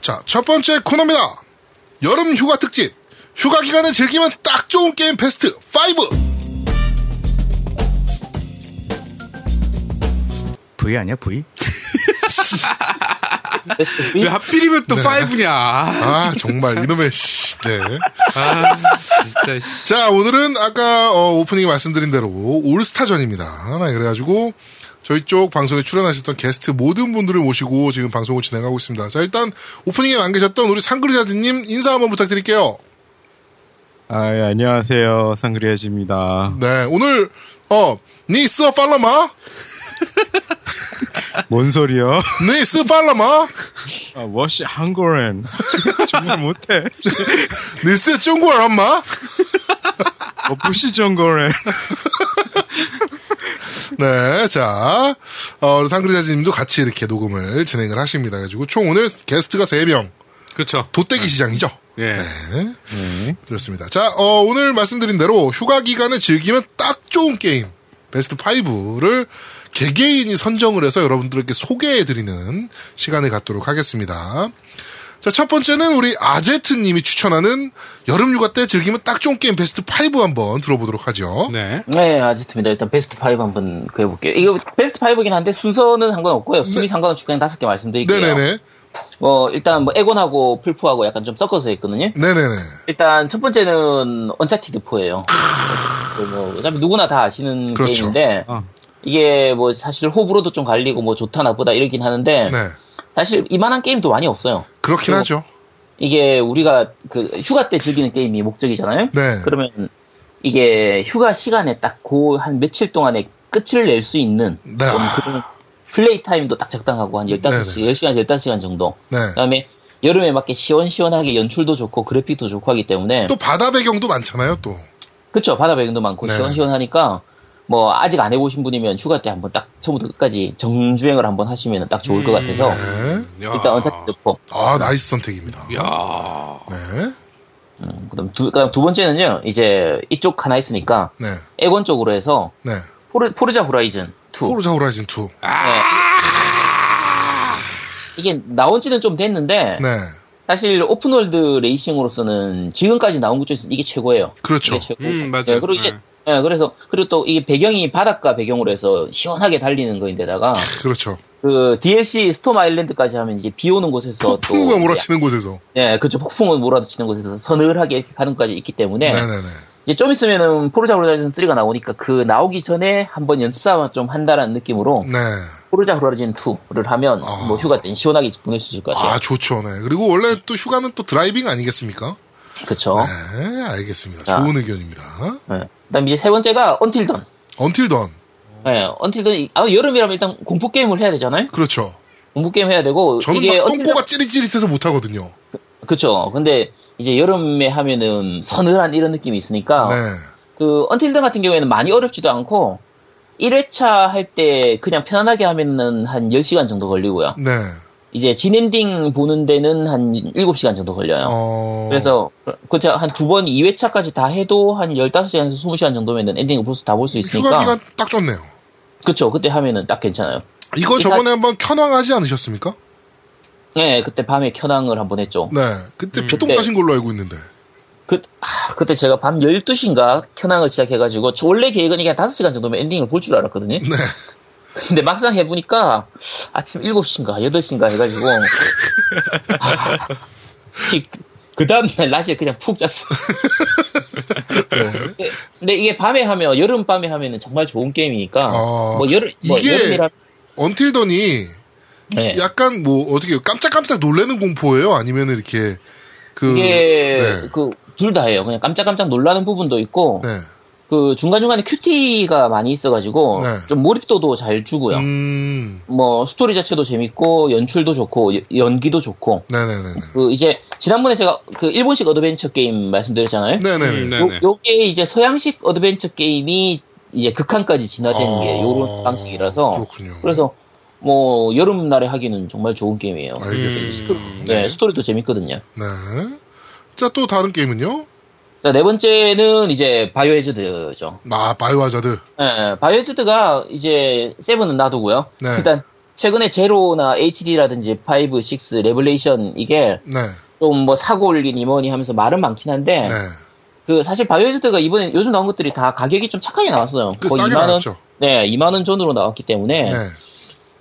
자, 첫 번째 코너입니다. 여름 휴가 특집. 휴가 기간에 즐기면 딱 좋은 게임 베스트 5. V 아니야 V? 베스트 왜 B? 하필이면 네. 또 5냐. 아, 아, 정말 이놈의 씨. 네. 진짜, 씨. 자, 오늘은 아까 어, 오프닝에 말씀드린 대로 올스타전입니다. 네, 그래가지고 저희 쪽 방송에 출연하셨던 게스트 모든 분들을 모시고 지금 방송을 진행하고 있습니다. 자, 일단 오프닝에 안 계셨던 우리 상그리자드님 인사 한번 부탁드릴게요. 아, 예, 안녕하세요. 상그리아지입니다. 네, 오늘 어, 니스 팔라마? 뭔 소리요? 니스 팔라마? 아, 워시 한거렌. 정말 못해. 니스 중국 엄마? 어, 부시 정거렌. 네, 자, 어, 우리 상그리자지님도 같이 이렇게 녹음을 진행을 하십니다. 그래가지고 총 오늘 게스트가 3명. 그렇죠. 도떼기 시장이죠. 예. 네. 그렇습니다. 자, 어, 오늘 말씀드린 대로 휴가 기간에 즐기면 딱 좋은 게임. 베스트 5를 개개인이 선정을 해서 여러분들에게 소개해드리는 시간을 갖도록 하겠습니다. 자, 첫 번째는 우리 아제트님이 추천하는 여름휴가 때 즐기면 딱 좋은 게임 베스트 5 한번 들어보도록 하죠. 네. 네, 아지트입니다. 일단 베스트 5 한번 구해볼게요. 이거 베스트 5이긴 한데 순서는 상관없고요. 순위 상관없이 그냥 다섯 개 말씀드릴게요. 네. 네네네. 뭐 일단 뭐 에곤하고 풀포하고 약간 좀 섞어서 했거든요. 네네네. 일단 첫 번째는 언차티드 4예요. 뭐 어차피 누구나 다 아시는 아. 그렇죠. 게임인데 어. 이게 뭐 사실 호불호도 좀 갈리고 뭐 좋다 나쁘다 이러긴 하는데 네. 사실 이만한 게임도 많이 없어요. 그렇긴 하죠. 이게 우리가 그 휴가 때 즐기는 게임이 목적이잖아요. 네. 그러면 이게 휴가 시간에 딱 그 한 며칠 동안에 끝을 낼 수 있는 네. 좀 그런 플레이 타임도 딱 적당하고 한 15시간, 10시간, 15시간 정도. 네. 그다음에 여름에 맞게 시원시원하게 연출도 좋고 그래픽도 좋고 하기 때문에 또 바다 배경도 많잖아요, 또. 그쵸 바다 배경도 많고 네. 시원시원하니까 뭐 아직 안 해보신 분이면 휴가 때 한번 딱 처음부터 끝까지 정주행을 한번 하시면 딱 좋을 것 같아서 네. 야. 일단 언차티드 4 아, 나이스 선택입니다. 야 네. 그다음 두, 그다음 두 번째는요 이제 이쪽 하나 있으니까 네. 액원 쪽으로 해서 네. 포르, 포르자 호라이즌 2 포르자 호라이즌 2. 이게 나온 지는 좀 됐는데 네. 사실 오픈월드 레이싱으로서는 지금까지 나온 것 중에서 이게 최고예요. 그렇죠. 이게 최고. 음, 맞아요. 네, 그리고 이제 네. 네, 그래서 그리고 또 이게 배경이 바닷가 배경으로 해서 시원하게 달리는 거인데다가 그렇죠. 그 DLC 스톰 아일랜드까지 하면 이제 비 오는 곳에서 또 폭풍우가 몰아치는 곳에서. 네, 그렇죠. 폭풍을 몰아치는 곳에서 서늘하게 이렇게 가는 까지 있기 때문에 네네네. 이제 좀 있으면은 포르자 호라이즌 3가 나오니까 그 나오기 전에 한번 연습사만 좀 한다라는 느낌으로 네. 포르자 호라이즌 2를 하면 아. 뭐 휴가 때 시원하게 보낼 수 있을 것 같아요. 아, 좋죠. 네. 그리고 원래 또 휴가는 또 드라이빙 아니겠습니까? 그렇죠. 네, 알겠습니다. 자. 좋은 의견입니다. 네. 그다음 이제 세 번째가 언틸던. 언틸던. 네, 언틸던 아 여름이라면 일단 공포 게임을 해야 되잖아요. 그렇죠. 공포 게임 해야 되고 저는 이게 막 언틸던 똥꼬가 찌릿찌릿해서 못하거든요. 그렇죠. 근데 이제 여름에 하면은 서늘한 이런 느낌이 있으니까 네. 그 언틸던 같은 경우에는 많이 어렵지도 않고 1회차 할 때 그냥 편안하게 하면은 한 10시간 정도 걸리고요. 네. 이제 진엔딩 보는 데는 한 7시간 정도 걸려요. 어. 그래서 그렇죠. 한 두 번 2회차까지 다 해도 한 15시간에서 20시간 정도면은 엔딩을 벌써 다 볼 수 휴가 있으니까 기간 딱 좋네요. 그렇죠. 그때 하면은 딱 괜찮아요. 이거 그러니까 저번에 한번 켜왕하지 않으셨습니까? 네, 그때 밤에 켜낭을 한번 했죠. 네. 그때 피똥 그때- 싸신 걸로 알고 있는데. 그, 아, 그때 제가 밤 12시인가 켜낭을 시작해가지고, 저 원래 계획은 이게 한 5시간 정도면 엔딩을 볼 줄 알았거든요. 네. 근데 막상 해보니까 아침 7시인가 8시인가 해가지고, 아, 이- 그 다음날 낮에 그냥 푹 잤어. 근데, 근데 이게 밤에 하면, 여름 밤에 하면은 정말 좋은 게임이니까, 어, 뭐 여름, 뭐 이게- 여름이라, 언틸던이 네. 약간 뭐 어떻게 깜짝깜짝 놀라는 공포예요? 아니면 이렇게 그 이게, 네. 그, 둘 다 해요. 그냥 깜짝깜짝 놀라는 부분도 있고, 네. 그 중간중간에 큐티가 많이 있어가지고, 네. 좀 몰입도도 잘 주고요. 음. 뭐 스토리 자체도 재밌고 연출도 좋고 여- 연기도 좋고 네네네. 그 이제 지난번에 제가 그 일본식 어드벤처 게임 말씀드렸잖아요. 네네네. 음, 네. 네. 요, 요게 이제 서양식 어드벤처 게임이 이제 극한까지 진화되는 게 요런 방식이라서 아, 그렇군요. 그래서뭐 여름날에 하기는 정말 좋은 게임이에요. 알겠습니다. 네, 스토리도 재밌거든요. 네. 자, 또 다른 게임은요? 자, 네 번째는 이제 바이오헤즈드죠. 아, 바이오하자드. 네, 바이오헤즈드가 이제 예, 세븐은 놔두고요. 네. 일단 최근에 제로나 HD라든지 5, 6, 레블레이션 이게 네. 좀 뭐 사고 올리니 뭐니 하면서 말은 많긴 한데 네. 그 사실 바이오헤즈드가 이번에 요즘 나온 것들이 다 가격이 좀 착하게 나왔어요. 그 거의 싸게 2만 원, 나왔죠. 네, 2만 원 전으로 나왔기 때문에 네.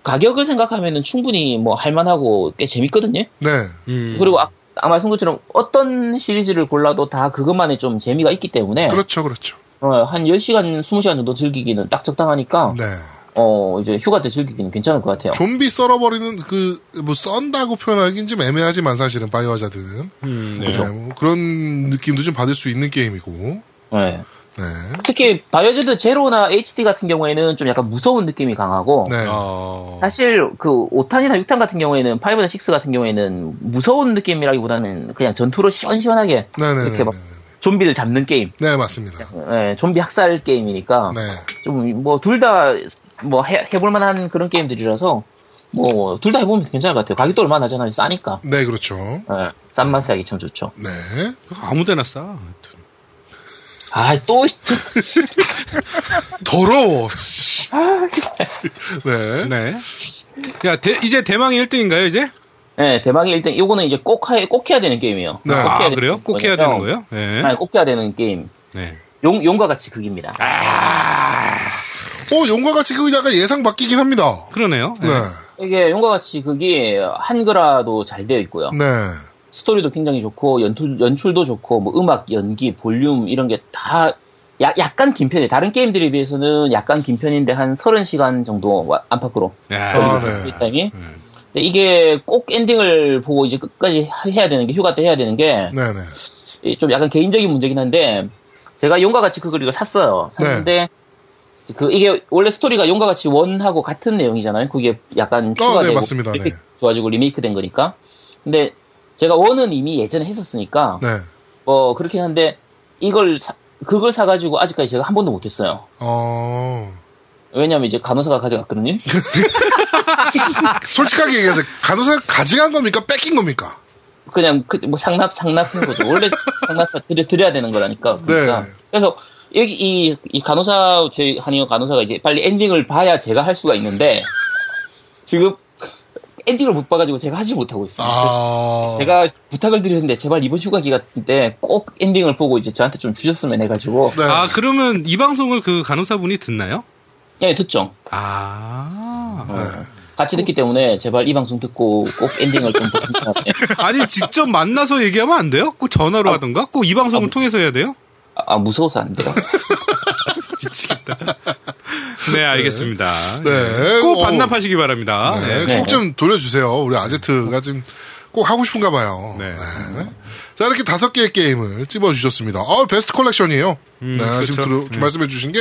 가격을 생각하면은 충분히 뭐 할만하고 꽤 재밌거든요. 네. 음. 그리고 아, 아 말씀 것처럼 어떤 시리즈를 골라도 다 그것만의 좀 재미가 있기 때문에 그렇죠. 그렇죠. 어, 한 10시간, 20시간 정도 즐기기는 딱 적당하니까 네. 어 이제 휴가 때 즐기기는 괜찮을 것 같아요. 좀비 썰어버리는 그 뭐 썬다고 표현하기는 좀 애매하지만 사실은 바이오하자드는 음, 네. 네, 뭐 그런 느낌도 좀 받을 수 있는 게임이고 네. 네. 특히 바이오즈드 제로나 HD 같은 경우에는 좀 약간 무서운 느낌이 강하고 네. 어. 사실 그 5탄이나 6탄 같은 경우에는 5나 6 같은 경우에는 무서운 느낌이라기보다는 그냥 전투로 시원시원하게 네, 네, 네, 이렇게 막 네. 좀비를 잡는 게임, 네, 맞습니다. 예, 좀비 학살 게임이니까 네. 좀 뭐 둘 다 뭐 해볼 만한 그런 게임들이라서 뭐 둘 다 해보면 괜찮을 것 같아요. 가격도 얼마나 하잖아요. 싸니까. 네, 그렇죠. 예, 싼 맛에 하기 참 좋죠. 네. 아무 데나 싸. 하여튼. 아, 또, 더러워. 네. 네. 야, 대- 이제 대망의 1등인가요, 이제? 예, 대망의 일등 이거는 이제 꼭, 해, 꼭 해야 되는 게임이에요. 네. 꼭 해야 아, 되는 어. 그래요? 꼭 해야 되는 거예요? 예. 아니, 꼭 해야 되는 게임. 네. 용, 용과 같이 극입니다. 아. 어, 용과 같이 그 약간 예상 바뀌긴 합니다. 그러네요. 예. 네. 이게 용과 같이 극이 한글화도 잘 되어 있고요. 음. 네. 스토리도 굉장히 좋고 연출 연출도 좋고 뭐 음악 연기 볼륨 이런 게 다 약간 긴 편이에요. 다른 게임들에 비해서는 약간 긴 편인데 한 30시간 정도 와- 안팎으로 야, 아, 이거- 네. 타임이. 음. 근데 이게 꼭 엔딩을 보고 이제 끝까지 하- 해야 되는 게 휴가 때 해야 되는 게 좀 네, 네. 약간 개인적인 문제긴 한데 제가 용과 같이 그걸 이거 샀어요. 샀는데 네. 그 이게 원래 스토리가 용과 같이 원하고 같은 내용이잖아요. 그게 약간 어, 네, 추가되고 맞습니다. 네. 리믹 좋아지고 리메이크된 거니까. 근데 제가 원은 이미 예전에 했었으니까 네. 뭐 그렇긴 한데 이걸 사- 그걸 사가지고 아직까지 제가 한 번도 못했어요. 어. 왜냐면 이제 간호사가 가져갔거든요. 솔직하게 얘기해서 간호사 가져간 겁니까? 뺏긴 겁니까? 그냥 그, 뭐 상납 상납한 거죠. 원래 상납 드려 드려야 되는 거라니까. 그러니까. 네. 그래서 여기 이, 이 간호사 제 한의원 간호사가 이제 빨리 엔딩을 봐야 제가 할 수가 있는데 지금 엔딩을 못 봐가지고 제가 하지 못하고 있어요. 아. 제가 부탁을 드렸는데 제발 이번 휴가 기간 때 꼭 엔딩을 보고 이제 저한테 좀 주셨으면 해가지고 네. 아, 그러면 이 방송을 그 간호사분이 듣나요? 예 듣죠. 아. 같이 듣기 때문에 제발 이 방송 듣고 꼭 엔딩을 좀 보시면 아니, 직접 만나서 얘기하면 안 돼요? 꼭 전화로 아. 하던가? 꼭 이 방송을 통해서 해야 돼요? 아 무서워서 안 돼요. 미치겠다. 네, 알겠습니다. 네. 꼭 어. 반납하시기 바랍니다. 네, 네. 네. 꼭 좀 돌려주세요. 우리 아제트가 지금 꼭 하고 싶은가 봐요. 네. 네. 자, 이렇게 다섯 개의 게임을 찝어주셨습니다. 아, 베스트 컬렉션이에요. 네, 지금 그렇죠. 들어- 지금 말씀해주신 게,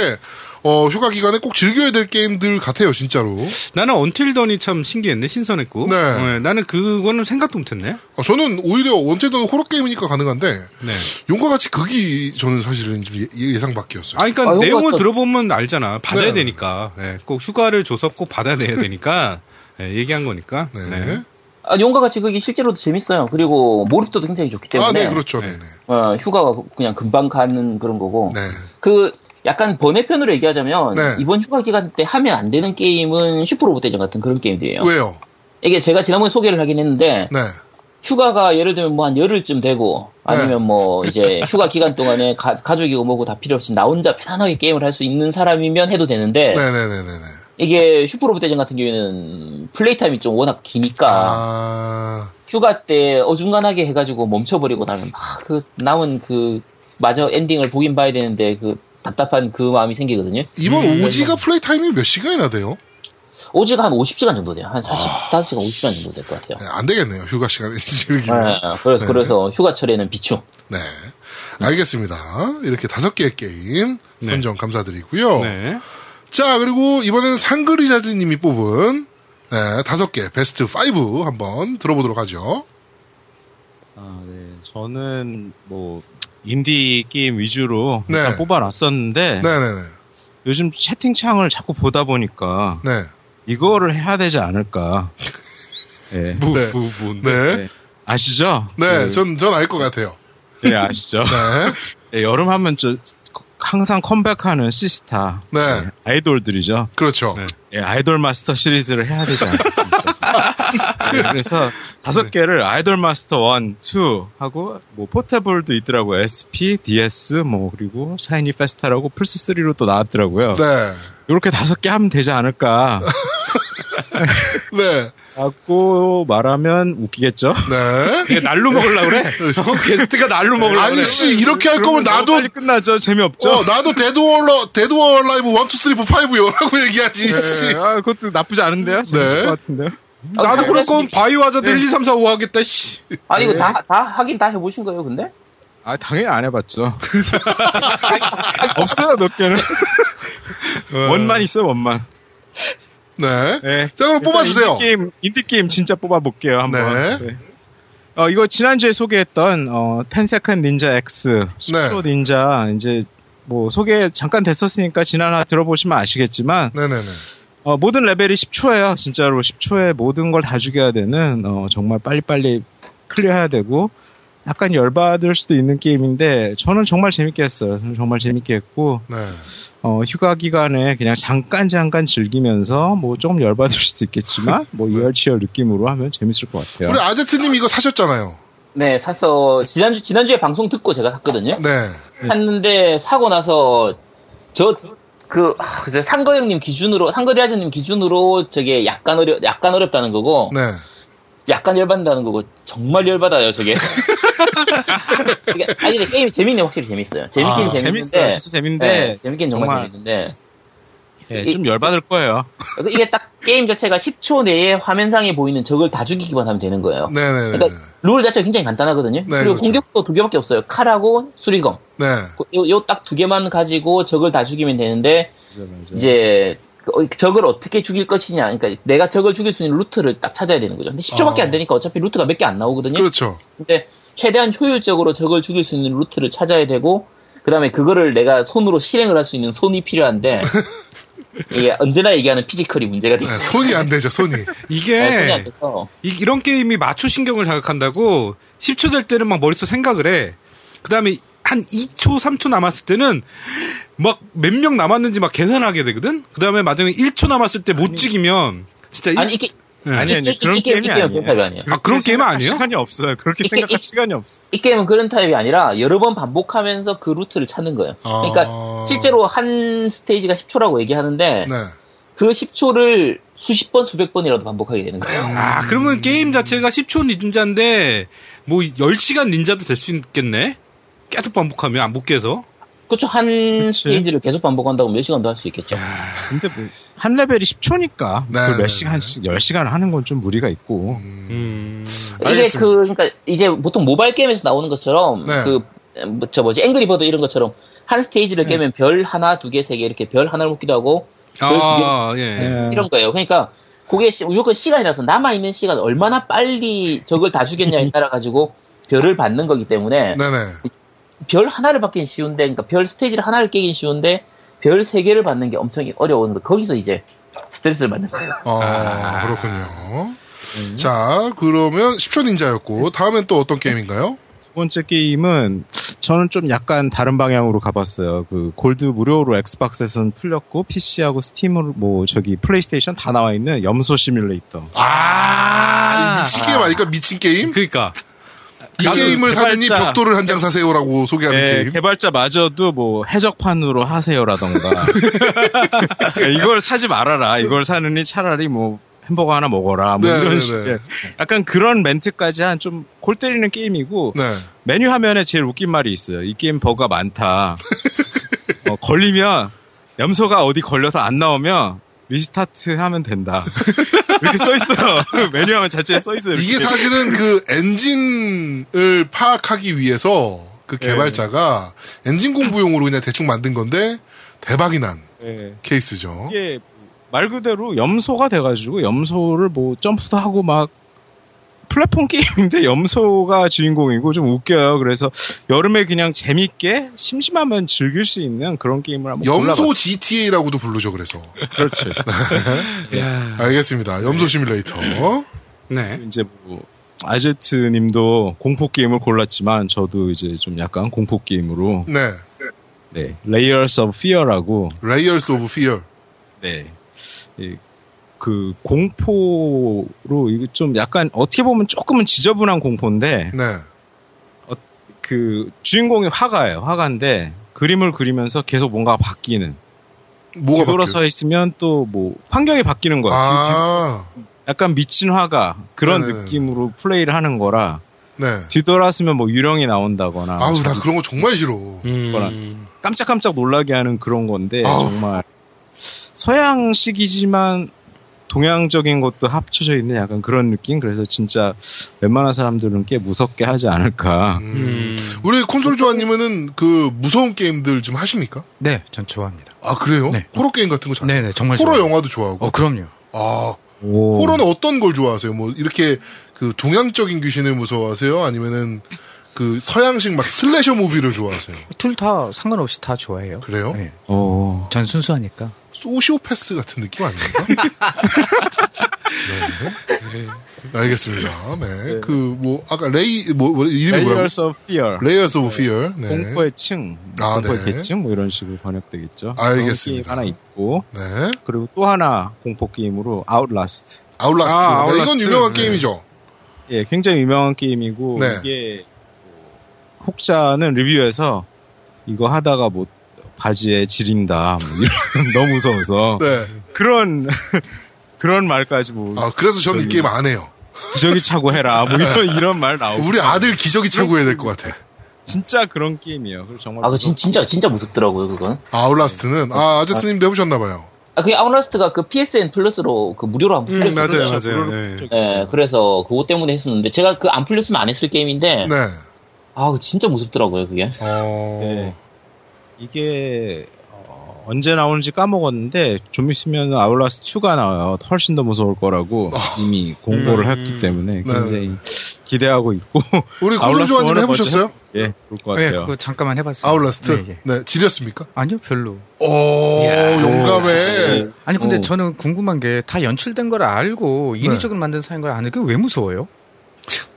어, 휴가 기간에 꼭 즐겨야 될 게임들 같아요, 진짜로. 나는 언틸던이 참 신기했네, 신선했고. 네. 나는 그거는 생각도 못했네. 어, 저는 오히려 원체도는 호러 게임이니까 가능한데, 네. 용과 같이 극이 저는 사실은 좀 예, 상 밖이었어요. 아, 그러니까 아, 이거 내용을 같다. 들어보면 알잖아. 받아야 네. 되니까. 네, 꼭 휴가를 줘서 꼭 받아내야 되니까. 네, 얘기한 거니까. 네. 네. 아, 용과 같이 그게 실제로도 재밌어요. 그리고 몰입도도 굉장히 좋기 때문에 아, 네, 그렇죠. 네, 네. 네. 어, 휴가가 그냥 금방 가는 그런 거고 네. 그 약간 번외편으로 얘기하자면 네. 이번 휴가 기간 때 하면 안 되는 게임은 슈퍼로봇 대전 같은 그런 게임들이에요. 네. 왜요? 이게 제가 지난번에 소개를 하긴 했는데 네. 휴가가 예를 들면 뭐 한 열흘쯤 되고 아니면 네. 뭐 이제 휴가 기간 동안에 가, 가족이고 뭐고 다 필요 없이 나 혼자 편안하게 게임을 할 수 있는 사람이면 해도 되는데 네네네네네. 이게 슈퍼로봇 대전 같은 경우에는 플레이 타임이 좀 워낙 기니까 아, 휴가 때 어중간하게 해가지고 멈춰버리고 나면 막 그 남은 그 마저 엔딩을 보긴 봐야 되는데 그 답답한 그 마음이 생기거든요. 이번 오지가 플레이 타임이 몇 시간이나 돼요? 오지가 한 50시간 정도 돼요. 한 45시간, 50시간 정도 될 것 같아요. 네, 안 되겠네요, 휴가 시간에 즐기면. 네, 그래서, 그래서 휴가철에는 비추. 네. 알겠습니다. 이렇게 다섯 개의 게임 선정 감사드리고요. 네. 자, 그리고 이번에는 상그리자즈님이 뽑은 네, 다섯 개 베스트 5 한번 들어보도록 하죠. 아, 네. 저는 뭐 인디 게임 위주로 네. 일단 뽑아놨었는데 네, 네, 네. 요즘 채팅창을 자꾸 보다 보니까 네. 이거를 해야 되지 않을까. 예. 뭐, 네. 뭐, 뭐. 네. 네. 아시죠? 예, 네, 그, 전, 전 알 것 같아요. 네, 아시죠? 네. 예, 여름 하면 저 항상 컴백하는 시스타 네. 아이돌들이죠. 그렇죠. 네. 예, 아이돌 마스터 시리즈를 해야 되지 않겠습니까? 예, 그래서 네. 다섯 개를 아이돌 마스터 1, 2 하고 뭐 포테블도 있더라고요. SP, DS 뭐 그리고 샤이니 페스타라고 플스 3로 또 나왔더라고요. 네. 이렇게 다섯 개 하면 되지 않을까? 네. 하고 말하면 웃기겠죠. 네. 얘 날로 먹으려고 그래? 어, 게스트가 날로 먹으려고 아니, 그래. 씨, 이렇게 할 거면 너무 나도, 빨리 끝나죠. 재미없죠. 어, 나도 데드월러, 데드월 라이브 1, 2, 3, 4, 5요. 라고 네. 얘기하지, 씨. 예, 아, 그것도 나쁘지 않은데요. 재밌을 네. 것 같은데요. 나도 그럴 거면 건 네. 바이오 하자드 1, 2, 3, 4, 5 하겠다, 씨. 아, 아니 이거 다, 다 하긴 다 해보신 거예요, 근데? 아 당연히 안 해봤죠. 없어요 몇 개는. 원만 있어 원만. 네. 네. 자, 그럼 뽑아주세요. 인디 게임 인디 게임 진짜 뽑아볼게요 한번. 네. 네. 어 이거 지난주에 소개했던 어 텐세컨 닌자 X, 스프로 닌자 이제 뭐 소개 잠깐 됐었으니까 지난화 들어보시면 아시겠지만 네네네. 어, 모든 레벨이 10초예요 진짜로 10초에 모든 걸 다 죽여야 되는 어 정말 빨리빨리 클리어해야 되고 약간 열받을 수도 있는 게임인데 저는 정말 재밌게 했어요 저는 정말 재밌게 했고 네. 어, 휴가 기간에 그냥 잠깐 잠깐 즐기면서 뭐 조금 열받을 수도 있겠지만 뭐 네. 이열치열 느낌으로 하면 재밌을 것 같아요. 우리 아제트님 이거 사셨잖아요. 네, 사서 지난주 지난주에 방송 듣고 제가 샀거든요. 네. 샀는데 사고 나서 저 그 상거 형님 기준으로 상거 리아즈님 기준으로 저게 약간 어려 약간 어렵다는 거고 네. 약간 열받는다는 거고 정말 열받아요 저게. 이게- 아니 근데 게임이 재밌네 확실히 재밌어요. 재밌긴 아, 재밌는데 재밌어요. 진짜 재밌는데 네, 재밌긴 정말, 정말. 재밌는데 예, 좀 열받을 거예요. 그래서 이게 딱 게임 자체가 10초 내에 화면상에 보이는 적을 다 죽이기만 하면 되는 거예요. 네네네. 그러니까 룰 자체가 굉장히 간단하거든요. 그리고 그렇죠. 공격도 두 개밖에 없어요. 칼하고 수리검. 그, 네. 요딱 두 개만 가지고 적을 다 죽이면 되는데 이제 그 어- 적을 어떻게 죽일 것이냐. 그러니까 내가 적을 죽일 수 있는 루트를 딱 찾아야 되는 거죠. 근데 10초밖에 아. 안 되니까 어차피 루트가 몇 개 안 나오거든요. 그렇죠. 근데 최대한 효율적으로 적을 죽일 수 있는 루트를 찾아야 되고 그다음에 그거를 내가 손으로 실행을 할 수 있는 손이 필요한데 이게 언제나 얘기하는 피지컬이 문제가 되죠. 네, 손이 안 되죠, 손이. 네. 네. 어, 손이 안 이게, 돼서. 이, 이런 게임이 마초 신경을 자극한다고 10초 될 때는 막 머릿속 생각을 해. 그 다음에 한 2초, 3초 남았을 때는 막 몇 명 남았는지 막 계산하게 되거든? 그 다음에 마지막에 1초 남았을 때 못 죽이면 진짜. 일- 아니 이게 예. 아니 이- 아니 이- 그런 이 게임이 게임- 이 게임은 아니에요. 그런 타입이 아니에요. 아, 그런 게임 생각할 아니에요? 시간이 없어요. 그렇게 이- 생각할 이- 시간이 없어. 이 게임은 그런 타입이 아니라 여러 번 반복하면서 그 루트를 찾는 거예요. 아. 그러니까 실제로 한 스테이지가 10초라고 얘기하는데 네. 그 10초를 수십 번, 수백 번이라도 반복하게 되는 음. 거예요. 아, 음. 그러면 게임 자체가 10초 닌자인데, 뭐, 10시간 닌자도 될 수 있겠네? 계속 반복하면, 안 복해서. 그렇죠. 한 그치. 스테이지를 계속 반복한다고 몇 시간도 할 수 있겠죠. 근데 뭐 한 레벨이 10초니까 네, 그걸 네, 몇 시간씩 10시간 하는 건 좀 무리가 있고 음. 이게 알겠습니다. 그 그러니까 이제 보통 모바일 게임에서 나오는 것처럼 네. 그저 뭐지 앵그리 버드 이런 것처럼 한 스테이지를 깨면 별 하나, 두 개, 세 개 이렇게 별 하나를 먹기도 하고 아, 예. 예. 이런 거예요. 그러니까 그게 시- 무조건 시간이라서 남아 있는 시간 얼마나 빨리 적을 다 죽였냐에 따라 가지고 별을 받는 거기 때문에 네네. 별 하나를 받긴 쉬운데, 그러니까 별 스테이지를 하나를 깨긴 쉬운데 별 세 개를 받는 게 엄청 어려운 거. 거기서 이제 스트레스를 받는 거예요. 어, 그렇군요. 자, 그러면 10초 닌자였고, 다음엔 또 어떤 게임인가요? 두 번째 게임은 저는 좀 약간 다른 방향으로 가봤어요. 그 골드 무료로 엑스박스에서는 풀렸고 PC하고 스팀으로 뭐 저기 플레이스테이션 다 나와 있는 염소 시뮬레이터. 아, 미친 게임 아닐까? 미친 게임? 그니까. 이 나도 게임을 개발자. 사느니 벽돌을 한 장 사세요라고 소개하는 예, 그 게임. 개발자마저도 뭐 해적판으로 하세요라던가 예, 이걸 사지 말아라. 이걸 사느니 차라리 뭐 햄버거 하나 먹어라. 뭐 네, 네, 네. 이런 식의 약간 그런 멘트까지 한 좀 골 때리는 게임이고 네. 메뉴 화면에 제일 웃긴 말이 있어요. 이 게임 버그가 많다. 어, 걸리면 염소가 어디 걸려서 안 나오면 리스타트 하면 된다. 이렇게 써 있어요. 메뉴 화면 자체에 써 있어요. 이게 이렇게. 사실은 그 엔진을 파악하기 위해서 그 예. 개발자가 엔진 공부용으로 그냥 대충 만든 건데, 대박이 난 예. 케이스죠. 이게 말 그대로 염소가 돼가지고 염소를 뭐 점프도 하고 막 플랫폼 게임인데 염소가 주인공이고 좀 웃겨요. 그래서 여름에 그냥 재밌게 심심하면 즐길 수 있는 그런 게임을 한번 골라봤어요. 염소 GTA라고도 부르죠, 그래서. 그렇죠. 예. 음. 예. 알겠습니다. 염소 시뮬레이터. 네. 이제 뭐 아제트님도 공포 게임을 골랐지만 저도 이제 좀 약간 공포 게임으로 네. 네, Layers of Fear라고 레이어스 오브 피어. 네. 이, 그 공포로 이거 좀 약간 어떻게 보면 조금은 지저분한 공포인데 네. 그 주인공이 화가예요. 화가인데 그림을 그리면서 계속 뭔가 바뀌는. 뭐가 바뀌어요? 돌아서 있으면 또 뭐 환경이 바뀌는 거야. 아, 그 약간 미친 화가 그런 네네네. 느낌으로 플레이를 하는 거라 네. 뒤돌아서면 뭐 유령이 나온다거나 아우 나 그런 거 정말 싫어. 음. 깜짝깜짝 놀라게 하는 그런 건데 아우. 정말 서양식이지만 동양적인 것도 합쳐져 있는 약간 그런 느낌 그래서 진짜 웬만한 사람들은 꽤 무섭게 하지 않을까 음. 우리 콘솔 좋아님은 그 무서운 게임들 좀 하십니까? 네, 전 좋아합니다. 아 그래요? 네. 호러 게임 같은 거 잘. 네네, 정말 호러 좋아요. 영화도 좋아하고. 어, 그럼요. 아 오. 호러는 어떤 걸 좋아하세요? 뭐 이렇게 그 동양적인 귀신을 무서워하세요? 아니면은 그 서양식 막 슬래셔 무비를 좋아하세요? 둘 다 상관없이 다 좋아해요. 그래요? 네. 오. 전 순수하니까. 소시오패스 같은 느낌 아닙니까? 네. 알겠습니다. 네. 그 뭐 아까 레이 뭐, 뭐 이름이 뭐라고? Layers of Fear 레이어스 오브 피어. 네. 공포의 층 아, 공포의 네. 계층 뭐 이런 식으로 번역되겠죠 알겠습니다. 그런 게임 하나 있고 네. 그리고 또 하나 공포 게임으로 아웃라스트 아웃라스트. 아, 네, 이건 아웃라스트. 유명한 네. 게임이죠. 예, 굉장히 유명한 게임이고 네. 이게 뭐, 혹자는 리뷰에서 이거 하다가 뭐 바지에 지린다 뭐 이런 너무 무서워서 네. 그런 그런 말까지 뭐 아, 그래서 저는 이 저기- 게임 안 해요. 기저귀 차고 해라 뭐 이런 이런 말 나오고 네. 우리 아들 기저귀 차고 해야 될 것 같아. 진짜 그런 게임이에요. 그래서 정말 아, 그 진, 진짜, 진짜 무섭더라고요, 그건. 아, 아웃라스트는 아, 아제트님도 해보셨나봐요. 아, 그게 아웃라스트가 그 PSN 플러스로 그 무료로 한번 음, 풀렸어요. 맞아요, 그렇죠. 맞아요. 그런 네. 예. 적이 예, 그래서 그것 때문에 했었는데, 제가 그 안 풀렸으면 안 했을 게임인데, 네. 아, 진짜 무섭더라고요, 그게. 어. 네. 이게 어, 언제 나오는지 까먹었는데 좀 있으면 아울라스 2가 나와요. 훨씬 더 무서울 거라고 이미 공고를 음. 했기 때문에 아. 네. 굉장히 기대하고 있고 우리 아웃라스트 고준주아님 원을 해보셨어요? 예, 그럴 것 예, 같아요. 그거 잠깐만 해봤어요. 아웃라스트. 예, 예. 네, 지렸습니까? 아니요, 별로. 오, 용감해. 네. 아니 근데 어. 저는 궁금한 게 다 연출된 걸 알고 인위적으로 만든 사인 걸 아는데 그게 왜 무서워요?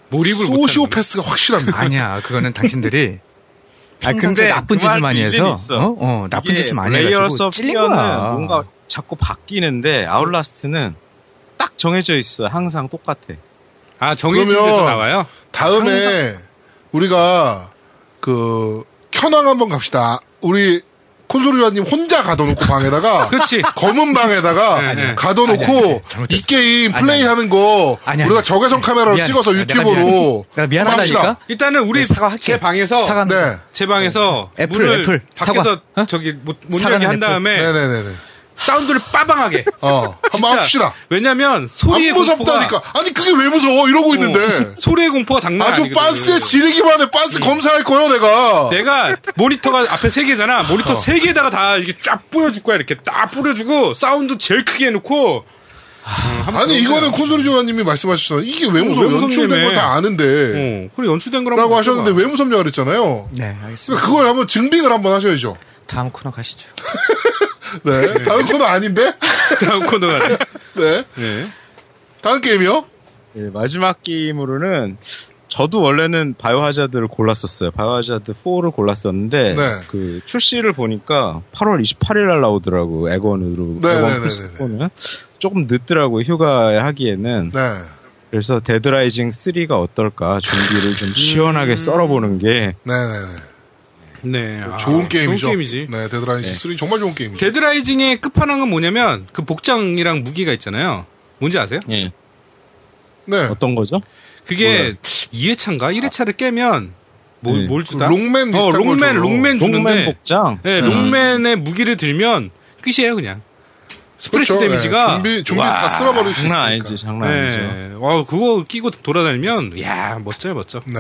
몰입을 못 소시오패스가 확실합니다. 아니야 그거는 당신들이 아, 평상시에 근데 나쁜 그거 짓을 할 많이 일이 해서 있어. 어? 어, 나쁜 이게 짓을 많이 레이어스 해가지고 오브 찔린 피어는 거야 뭔가 자꾸 바뀌는데 아웃라스트는 딱 정해져 있어. 항상 똑같아. 아, 정해진 그러면- 데서 나와요? 다음에 우리가 그 현황 한번 갑시다. 우리 콘솔리아님 혼자 가둬놓고 방에다가 그렇지. 검은 방에다가 네, 네. 가둬놓고 아니, 아니, 잘못됐어. 이 게임 아니, 플레이하는 거 아니, 아니. 우리가 적외선 카메라로 미안해. 찍어서 아, 내가 유튜브로 미안해. 내가 한번 합시다. 미안하다니까 일단은 우리 네, 사과할게. 제 방에서 사과 네, 제 방에서 애플, 문을 애플, 밖에서 사과. 어? 저기 못, 못 사과는 열게 한 애플. 다음에 네, 네, 네, 네. 사운드를 빠방하게 어, 한번 진짜. 합시다. 왜냐면 안 소리의 공포가 무섭다니까. 아니 그게 왜 무서워? 이러고 어. 있는데. 소리의 공포가 장난 아주 아니거든요. 네, 빤스에 지르기만 해. 빤스 검사할 거예요, 내가. 내가 모니터가 앞에 세 개잖아. 어. 모니터 세 개에다가 다 이게 쫙 뿌려줄 거야. 이렇게 딱 뿌려주고 사운드 제일 크게 해놓고 아니 이거는 콘솔이 조아님이 말씀하셨잖아요. 이게 왜 무서워? 왜 무섭냐며. 연출된 거 다 아는데. 어, 그리고 연출된 거라고 네. 라고 하셨는데 왜 무섭냐 그랬잖아요. 네 알겠습니다 그러니까 그걸 한번 증빙을 한번 하셔야죠. 다음 코너 가시죠 네. 다른 코너 아닌데? 다음 코너가 네. 네. 다른 게임이요? 예, 마지막 게임으로는 저도 원래는 바이오하자드를 골랐었어요. 바이오하자드 4를 골랐었는데 네. 그 출시를 보니까 8월 28일 날 나오더라고. 에건으로 네, 네, 네, 에건 네, 플스 4는 조금 늦더라고 휴가에 하기에는. 네. 그래서 데드라이징 3가 어떨까 준비를 음. 좀 시원하게 썰어보는 게 네네네. 네. 아, 좋은 게임이죠. 좋은 게임이지. 네, 데드라이징 3 정말 좋은 게임이죠. 데드라이징의 끝판왕은 뭐냐면 그 복장이랑 무기가 있잖아요. 뭔지 아세요? 네. 예, 어떤 거죠? 그게 2회차인가 1회차를 깨면 뭐, 네. 뭘 그 주다? 롱맨 어, 비슷한 롱맨, 거죠. 롱맨 주는데 동맨 복장. 네, 롱맨의 무기를 들면 끝이에요 그냥. 스프레시 그렇죠. 데미지가 네. 좀비, 좀비 다 쓸어버릴 수 장난 있으니까. 아니지, 장난 아니죠. 네. 와, 그거 끼고 돌아다니면 야, 멋져요, 멋져. 네.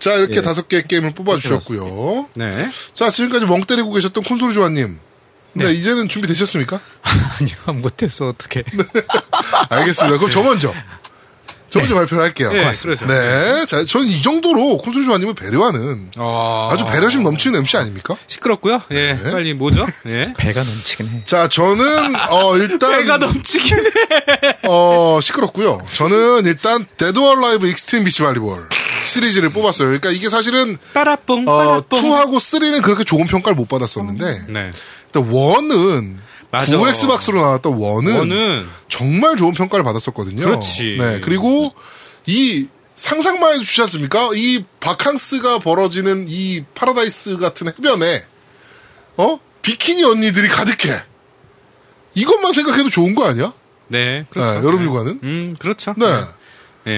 자, 이렇게 예. 다섯 개의 게임을 뽑아주셨고요. 네. 자, 지금까지 멍 때리고 계셨던 콘솔이 조아님. 네, 이제는 준비되셨습니까? 아니요 못했어 어떻게 알겠습니다. 그럼 저 먼저. 저 먼저 발표를 할게요. 네, 고맙습니다. 네. 자, 저는 이 정도로 콘솔 조아님을 배려하는 어. 아주 네. 배려심 넘치는 MC 아닙니까? 시끄럽고요. 예. 빨리 뭐죠? 예. 배가 넘치긴 해 자, 저는, 어, 배가 일단, 넘치긴 해. 어, 시끄럽고요 저는 일단, 데드 얼라이브 익스트림 비치 발리볼. 시리즈를 뽑았어요. 그러니까 이게 사실은 빠라뽕 어, 빠라뽕. 2하고 3는 그렇게 좋은 평가를 못 받았었는데 네. 일단 1은 맞아. 9X박스로 나왔던 1은, 원은 정말 좋은 평가를 받았었거든요. 그렇지. 네. 그리고 이 상상만 해주지 않습니까? 이 바캉스가 벌어지는 이 파라다이스 같은 해변에 어? 비키니 언니들이 가득해. 이것만 생각해도 좋은 거 아니야? 네 그렇죠. 네, 여름 휴가는? 음 그렇죠. 네. 네.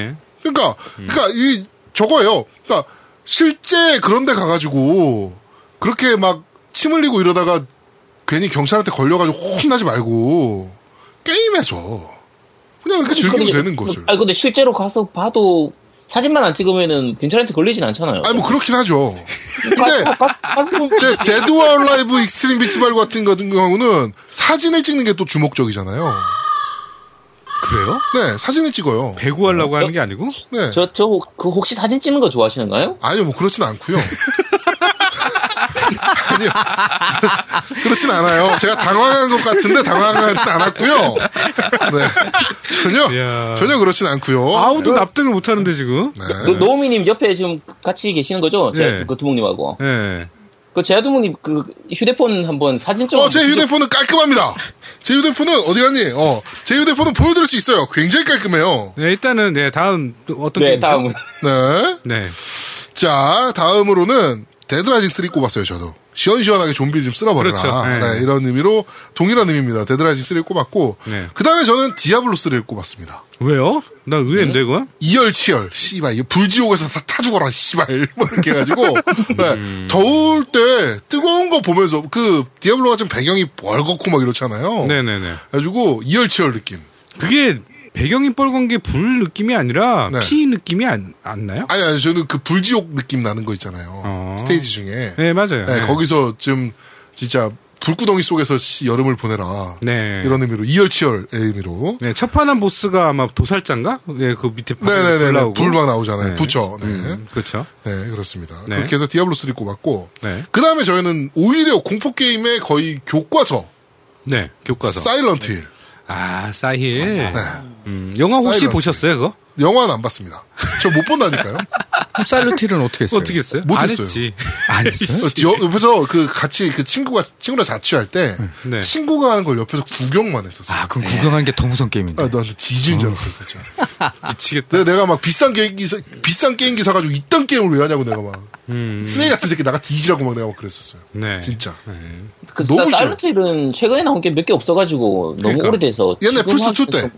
네. 그러니까 그러니까 이 저거예요. 그러니까 실제 그런데 가가지고 그렇게 막 침 흘리고 이러다가 괜히 경찰한테 걸려가지고 혼나지 말고 게임에서 그냥 이렇게 즐기면 되는 것을. 그러니까 아니 근데 실제로 가서 봐도 사진만 안 찍으면은 경찰한테 걸리진 않잖아요. 아, 아니 뭐 그렇긴 하죠. 근데 가- 가- 가서 근데 데드 오어 라이브 익스트림 비치 발 같은 경우는 사진을 찍는 게 또 주목적이잖아요. 그래요? 네, 사진을 찍어요. 배구하려고 하는 게 아니고? 네. 저, 저, 혹- 그 혹시 사진 찍는 거 좋아하시는가요? 아니요, 뭐 그렇진 않고요. 아니요, 그렇- 그렇진 않아요. 제가 당황한 것 같은데 당황하진 않았고요. 네, 전혀 이야. 전혀 그렇진 않고요. 아우도 납득을 못 하는데 지금. 네. 그 노- 노우미님 옆에 지금 같이 계시는 거죠? 제, 예. 그 두목님하고. 네. 그 제아두목님 그 휴대폰 한번 사진 좀. 어, 제 휴대폰은 깔끔합니다. 제 휴대폰은 어디 갔니? 어, 제 휴대폰은 보여드릴 수 있어요. 굉장히 깔끔해요. 네, 일단은 네 다음 또 어떤 네, 게임이죠? 다음. 네. 네. 자, 다음으로는 데드라이징 3 꼽았어요, 저도. 시원시원하게 좀비 좀 쓸어버려라. 그렇죠. 네. 네, 이런 의미로 동일한 의미입니다. 데드라이징 3를 꼽았고 네. 그다음에 저는 디아블로 3를 꼽았습니다. 왜요? 난 의외인데 이건. 이열치열, 씨발, 이거 불지옥에서 다, 타 죽어라, 씨발. 뭐 이렇게 해가지고, 네, 음. 더울 때 뜨거운 거 보면서, 그, 디아블로가 지금 배경이 벌겋고 막 이렇잖아요. 네네네. 그래가지고, 이열치열 느낌. 그게 배경이 뻘건 게 불 느낌이 아니라 네. 피 느낌이 안, 안 나요? 아니, 아니, 저는 그 불지옥 느낌 나는 거 있잖아요. 어. 스테이지 중에. 네 맞아요. 네, 거기서 좀 진짜 불구덩이 속에서 씨, 여름을 보내라. 네. 이런 의미로 이열치열의 의미로. 네, 첫판한 보스가 아마 도살자인가? 네, 그 밑에 네네네. 올라오고. 불 막 나오잖아요. 네. 부처. 네. 음, 그렇죠. 네, 그렇습니다. 네. 그렇게 해서 디아블로 3 꼽았고. 네. 그 다음에 저희는 오히려 공포 게임의 거의 교과서, 네, 교과서. 사일런트 힐. 아, 싸힐. 네. 음, 영화 혹시 사이런트. 보셨어요, 그거? 영화는 안 봤습니다. 저 못 본다니까요. 예. 사일런틸은 어떻게 했어요? 어떻게 했어요? 못 안 했어요. 했지. 안 했어요? 여- 옆에서 그 같이 그 친구가 친구랑 자취할 때 네. 친구가 하는 걸 옆에서 구경만 했었어요. 아, 그럼 구경한 게 더 무서운 네. 게임인데. 어. 아, 나한테 뒤진 줄 알았어, 진짜. 미치겠다. 내가, 내가 막 비싼 게임기, 사, 비싼 게임기 사가지고 이딴 게임을 왜 하냐고 내가 막. 쓰레기 같은 새끼 나가 뒤지라고 막 내가 막 그랬었어요. 음. 네. 진짜. 그 너무 싫어. 사일런트힐은 최근에 나온 게 몇 개 없어가지고 그러니까. 너무 오래돼서. 옛날 지금 플스2 하기엔 때. 좀-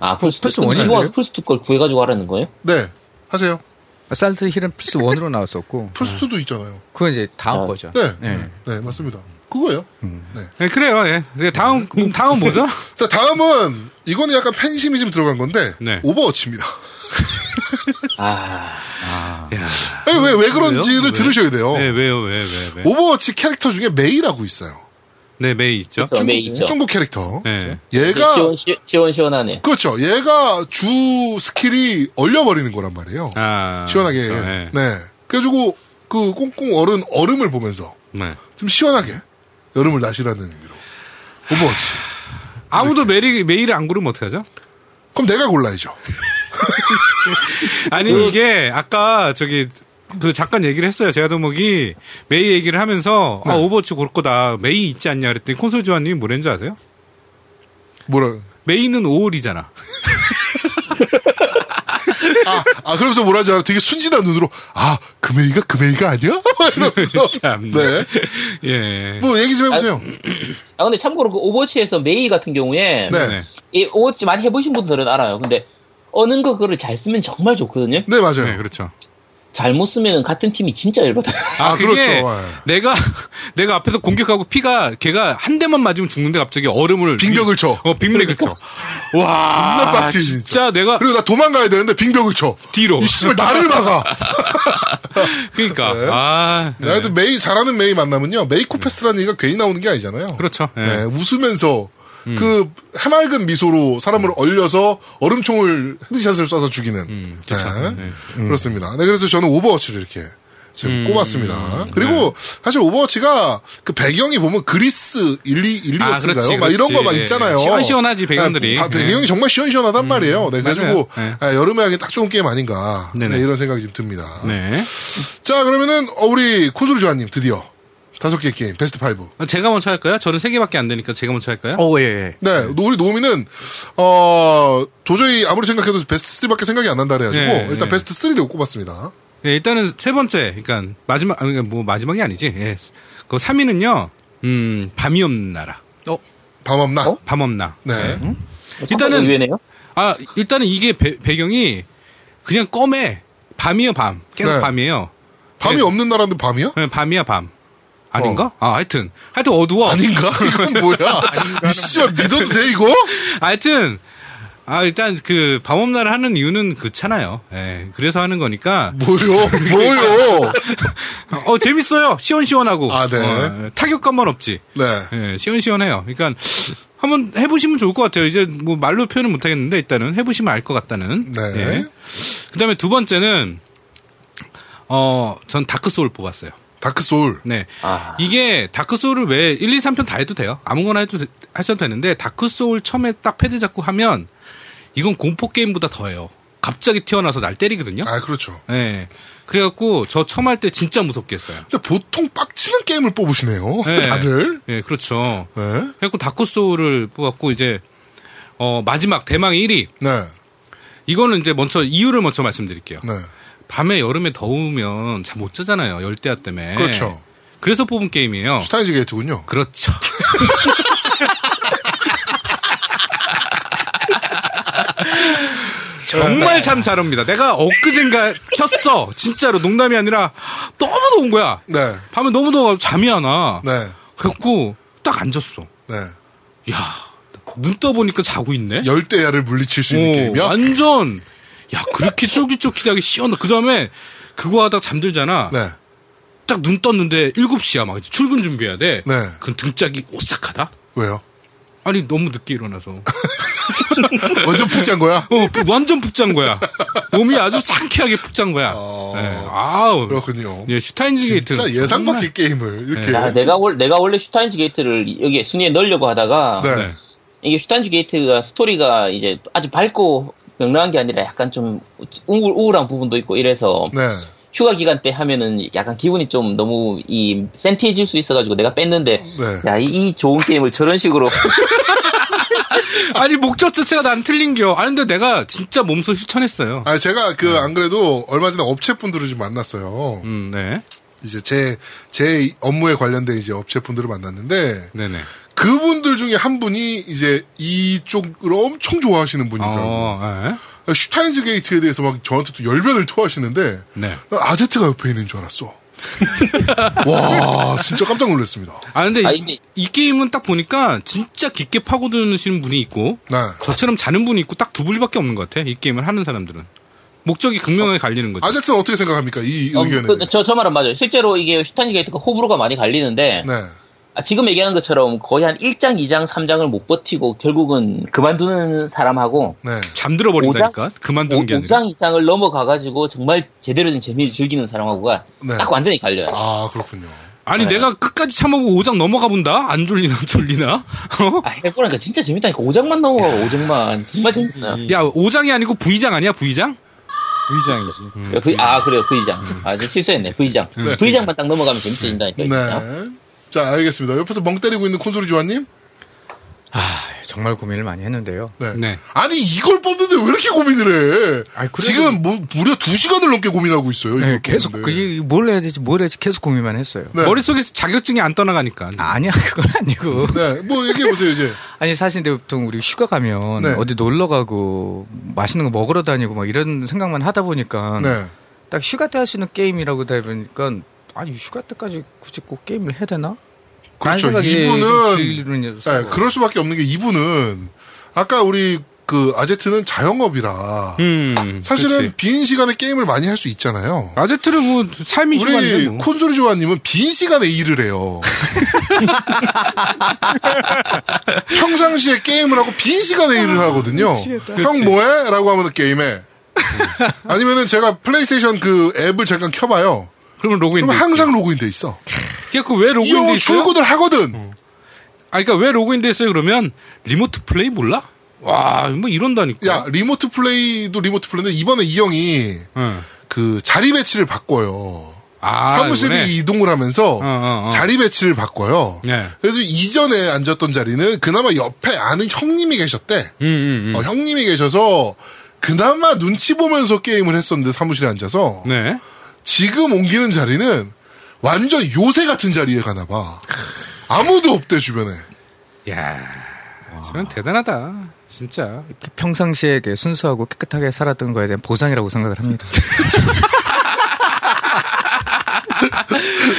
아, 플스2. 플스 원이 지금 와서 아니에요? 플스2 걸 구해가지고 하라는 거예요? 네. 하세요. 사일런트 힐은 플스 1으로 나왔었고, 네. 플스2도 있잖아요. 그건 이제 다음 어. 버전. 네. 네. 네. 맞습니다. 그거예요. 네. 네, 그래요, 예. 네, 다음, 그럼 다음 뭐죠? 자, 다음은, 이거는 약간 팬심이 좀 들어간 건데, 네. 오버워치입니다. 아, 야. 아니, 왜, 왜 그런지를 왜요? 들으셔야 돼요. 네, 왜요, 왜, 왜, 왜. 어? 오버워치 캐릭터 중에 메이라고 있어요. 네, 메이 있죠? 그렇죠. 메이 있죠. 그 중국 캐릭터. 네. 얘가, 그러니까 시원, 시, 시원시원하네. 그렇죠. 얘가 주 스킬이 얼려버리는 거란 말이에요. 아. 시원하게. 그렇죠. 네. 네. 그래가지고 그 꽁꽁 얼은 얼음을 보면서 네. 좀 시원하게 여름을 나시라는 의미로 오버워치. 아무도 메리, 메이를 안 고르면 어떡하죠? 그럼 내가 골라야죠. 그 아니 이게 아까 저기 그 잠깐 얘기를 했어요. 제아도목이 메이 얘기를 하면서 아 네. 오버워치 고를 거다. 메이 있지 않냐 그랬더니 콘솔 조아님이 뭐랬는지 아세요? 뭐라? 메이는 5월이잖아. 아, 아 그러면서 뭐라지 알아? 되게 순진한 눈으로 아 금메이가 금메이가 아니야? 이러면서. 참. 네. 예. 뭐 얘기 좀 해보세요. 아, 근데 참고로 그 오버워치에서 메이 같은 경우에. 네. 네. 이 오버워치 많이 해보신 분들은 알아요. 근데 어느 거 그거를 잘 쓰면 정말 좋거든요. 네 맞아요. 네, 그렇죠. 잘못 쓰면 같은 팀이 진짜 열받아요. 아, 아, 그게 그렇죠. 예. 내가 내가 앞에서 공격하고 피가 걔가 한 대만 맞으면 죽는데 갑자기 얼음을 빙벽을 쳐. 어, 빙벽을 쳐. 와. 존나 빡치지, 진짜. 아, 진짜 내가 그리고 나 도망가야 되는데 빙벽을 쳐. 뒤로. 이 씨발 나를 막아. 그렇죠. 그러니까. 아. 네. 하여튼 메이 잘하는 메이 만나면요 메이코패스라는 얘기가 괜히 나오는 게 아니잖아요. 그렇죠. 예. 네, 웃으면서 음. 그 해맑은 미소로 사람을 얼려서 음, 그렇죠. 음. 네, 얼음총을 헤드샷을 쏴서 죽이는 네, 그렇습니다. 네, 그래서 저는 오버워치를 이렇게 지금 네. 꼽았습니다. 그리고 사실 오버워치가 그 배경이 보면 그리스 1, 2, 1, 2였을까요? 아, 그렇지, 막 이런 그렇지. 거 막 예. 있잖아요. 시원시원하지, 배경들이. 아, 다 네. 음. 배경이 정말 시원시원하단 말이에요. 네, 그래가지고 맞아요. 아, 여름에 하기 딱 좋은 게임 아닌가 네, 네네. 이런 생각이 좀 듭니다. 네. 자 그러면은 어, 우리 콘솔 조아님 드디어 다섯 개 게임 베스트 5. 아, 제가 먼저 할까요? 저는 세 개밖에 안 되니까 제가 먼저 할까요? 어, 예, 예. 네, 노- 우리 노미는 어 도저히 아무리 생각해도 베스트 3밖에 생각이 안 난다 그래가지고 네, 일단 네. 베스트 3를 꼽았습니다. 네, 일단은 세 번째, 그러니까 마지막, 아니, 뭐 마지막이 아니지. 예. 그 3위는요, 음, 밤이 없는 나라. 밤없나? 어? 밤 없나. 네. 일단은- 의외네요. 아, 일단은 이게 배, 배경이 그냥 껌에 밤이요, 밤. 계속 네. 밤이에요. 밤이 네. 없는 나라인데 밤이야? 네, 밤이야, 밤. 아닌가? 아, 하여튼. 하여튼 어두워. 어. 아닌가? 이건 뭐야? 이씨발 믿어도 돼 이거? 하여튼, 아, 일단 그, 밤업날 하는 이유는 그렇잖아요. 예, 그래서 하는 거니까. 뭐요? 뭐요? 어, 재밌어요. 시원시원하고. 아, 네. 어, 타격감만 없지. 네. 예, 시원시원해요. 그러니까, 한번 해보시면 좋을 것 같아요. 이제 뭐 말로 표현은 못하겠는데, 일단은 해보시면 알 것 같다는. 네. 그 다음에 두 번째는, 어, 전 다크소울 뽑았어요. 다크 소울. 네. 아. 이게 다크소울을 왜 1, 2, 3편 다 해도 돼요. 아무거나 해도 되- 하셔도 되는데 다크소울 처음에 딱 패드 잡고 하면 이건 공포 게임보다 더해요. 갑자기 튀어나와서 날 때리거든요. 아 그렇죠. 네. 그래갖고 저 처음 할 때 진짜 무섭게 했어요. 근데 보통 빡치는 게임을 뽑으시네요. 네. 다들. 예, 그렇죠. 네. 그래갖고 다크소울을 뽑았고 이제 어, 마지막 대망 1위. 네. 이거는 이제 먼저 이유를 먼저 말씀드릴게요. 네. 밤에 여름에 더우면 잘 못 자잖아요. 열대야 때문에. 그렇죠. 그래서 뽑은 게임이에요. 스타인즈 게이트군요. 그렇죠. 네. 정말 참 잘 옵니다. 내가 엊그젠가 켰어. 진짜로 농담이 아니라 너무 더운 거야. 네. 밤에 너무 더워 잠이 안 와. 네. 그래갖고 딱 앉았어. 네. 야, 눈 떠보니까 자고 있네. 열대야를 물리칠 수 있는 어, 게임이야. 완전 야 그렇게 쫄깃쫄깃하게 시원해. 그 다음에 그거 하다 가 잠들잖아. 네. 딱 눈 떴는데 7시야. 막 이제 출근 준비해야 돼. 네. 그럼 등짝이 오싹하다. 왜요? 아니 너무 늦게 일어나서 완전 푹 잔 거야. 어, 푹- 완전 푹 잔 거야. 몸이 아주 상쾌하게 푹 잔 거야. 네. 아우. 어. 그렇군요. 예, 슈타인즈 게이트. 진짜 예상 정말- 밖의 게임을 이렇게. 야, 아, 내가 원 내가 원래 슈타인즈 게이트를 여기 순위에 넣으려고 하다가 네. 네. 이게 슈타인즈 게이트가 스토리가 이제 아주 밝고 명랑한 게 아니라 약간 좀 우울, 우울한 부분도 있고 이래서 네. 휴가 기간 때 하면은 약간 기분이 좀 너무 이 센티해질 수 있어가지고 내가 뺐는데 네. 야, 이, 이 좋은 게임을 저런 식으로 아니 목적 자체가 난 틀린 겨. 아니 근데 내가 진짜 몸소 실천했어요. 아, 제가 네. 그, 안 그래도 얼마 전에 업체분들을 좀 만났어요. 음, 네. 이제 제, 제 업무에 관련된 이제 업체분들을 만났는데, 네, 네. 그분들 중에 한 분이 이제 이쪽을 엄청 좋아하시는 분이더라고요. 그러니까 어, 슈타인즈 게이트에 대해서 막 저한테 또 열변을 토하시는데, 예. 네. 난 아제트가 옆에 있는 줄 알았어. 와, 진짜 깜짝 놀랐습니다. 아 근데 아, 이, 근데- 이 게임은 딱 보니까 진짜 깊게 파고드시는 분이 있고 네. 저처럼 자는 분이 있고 딱 두 분밖에 없는 것 같아. 이 게임을 하는 사람들은 목적이 극명하게 갈리는 거죠. 아제트는 어떻게 생각합니까? 이 어, 의견에. 그, 저, 저 말은 맞아요. 실제로 이게 슈타인즈 게이트가 그 호불호가 많이 갈리는데 네. 아, 지금 얘기하는 것처럼 거의 한 1장, 2장, 3장을 못 버티고 결국은 그만두는 사람하고 네. 잠들어 버린다니까. 그만둔 게 아니라. 5장 이상을 넘어가가지고 정말 제대로 된 재미를 즐기는 사람하고가 네. 딱 완전히 갈려요. 아, 그렇군요. 아니 내가 끝까지 참아보고 5장 넘어가 본다? 안 졸리나 졸리나? 어? 아, 해보니까 진짜 재밌다니까. 5장만 넘어가고 5장만. 정말 재밌어요. 야 5장이 아니고 V장 아니야 V장? 의장이지. V- 아, 그래요. V장. 아, 저 실수했네. 그 V장. V장만 딱 넘어가면 재밌어진다니까. 아, 진짜. 네. 자, 알겠습니다. 옆에서 멍 때리고 있는 콘솔이 조아님? 정말 고민을 많이 했는데요. 네. 네. 아니, 이걸 뽑는데 왜 이렇게 고민을 해? 아니, 그래도- 지금 뭐, 무려 두 시간을 넘게 고민하고 있어요. 네, 음, 이걸 계속 뽑는데. 그게 뭘 해야 되지, 뭘 해야 지 계속 고민만 했어요. 네. 머릿속에서 자격증이 안 떠나가니까. 아니야, 그건 아니고. 네, 뭐 얘기해보세요, 이제. 아니 사실 근데 보통 우리 휴가 가면 네. 어디 놀러 가고 맛있는 거 먹으러 다니고 막 이런 생각만 하다 보니까 네. 딱 휴가 때 할 수 있는 게임이라고 하다 보니까 아니 휴가 때까지 굳이 꼭 게임을 해야 되나? 그렇죠. 라는 생각이 이분은- 좀 들기는 네, 했어요. 그럴 수밖에 없는 게 이분은, 아까 우리 그 아제트는 자영업이라, 음. 사실은 그치. 빈 시간에 게임을 많이 할 수 있잖아요. 아제트는 뭐 삶이 휴가인데 우리 뭐. 콘솔이 조아님은 빈 시간에 일을 해요. 평상시에 게임을 하고 빈 시간에 일을 아, 하거든요. 형 뭐해? 라고 하면 게임에. 아니면은 제가 플레이스테이션 그 앱을 잠깐 켜봐요. 그러면 로그인. 그럼 항상 로그인돼 있어. 그왜 네, 로그인 돼 이거 있어요? 출근을 하거든. 아, 그러니까 왜 로그인 돼 있어요? 그러면 리모트 플레이 몰라? 와, 뭐 이런다니까. 야 리모트 플레이도 리모트 플레이인데 이번에 이 형이 응. 그 자리 배치를 바꿔요. 아, 사무실이 이번에? 이동을 하면서 어, 어. 자리 배치를 바꿔요. 네. 그래서 이전에 앉았던 자리는 그나마 옆에 아는 형님이 계셨대. 음, 음, 음. 어, 형님이 계셔서 그나마 눈치 보면서 게임을 했었는데 사무실에 앉아서 네. 지금 옮기는 자리는 완전 요새 같은 자리에 가나 봐. 아무도 없대 주변에. 야, 저건 아, 대단하다. 진짜. 이렇게 평상시에 이렇게 순수하고 깨끗하게 살았던 거에 대한 보상이라고 생각을 합니다.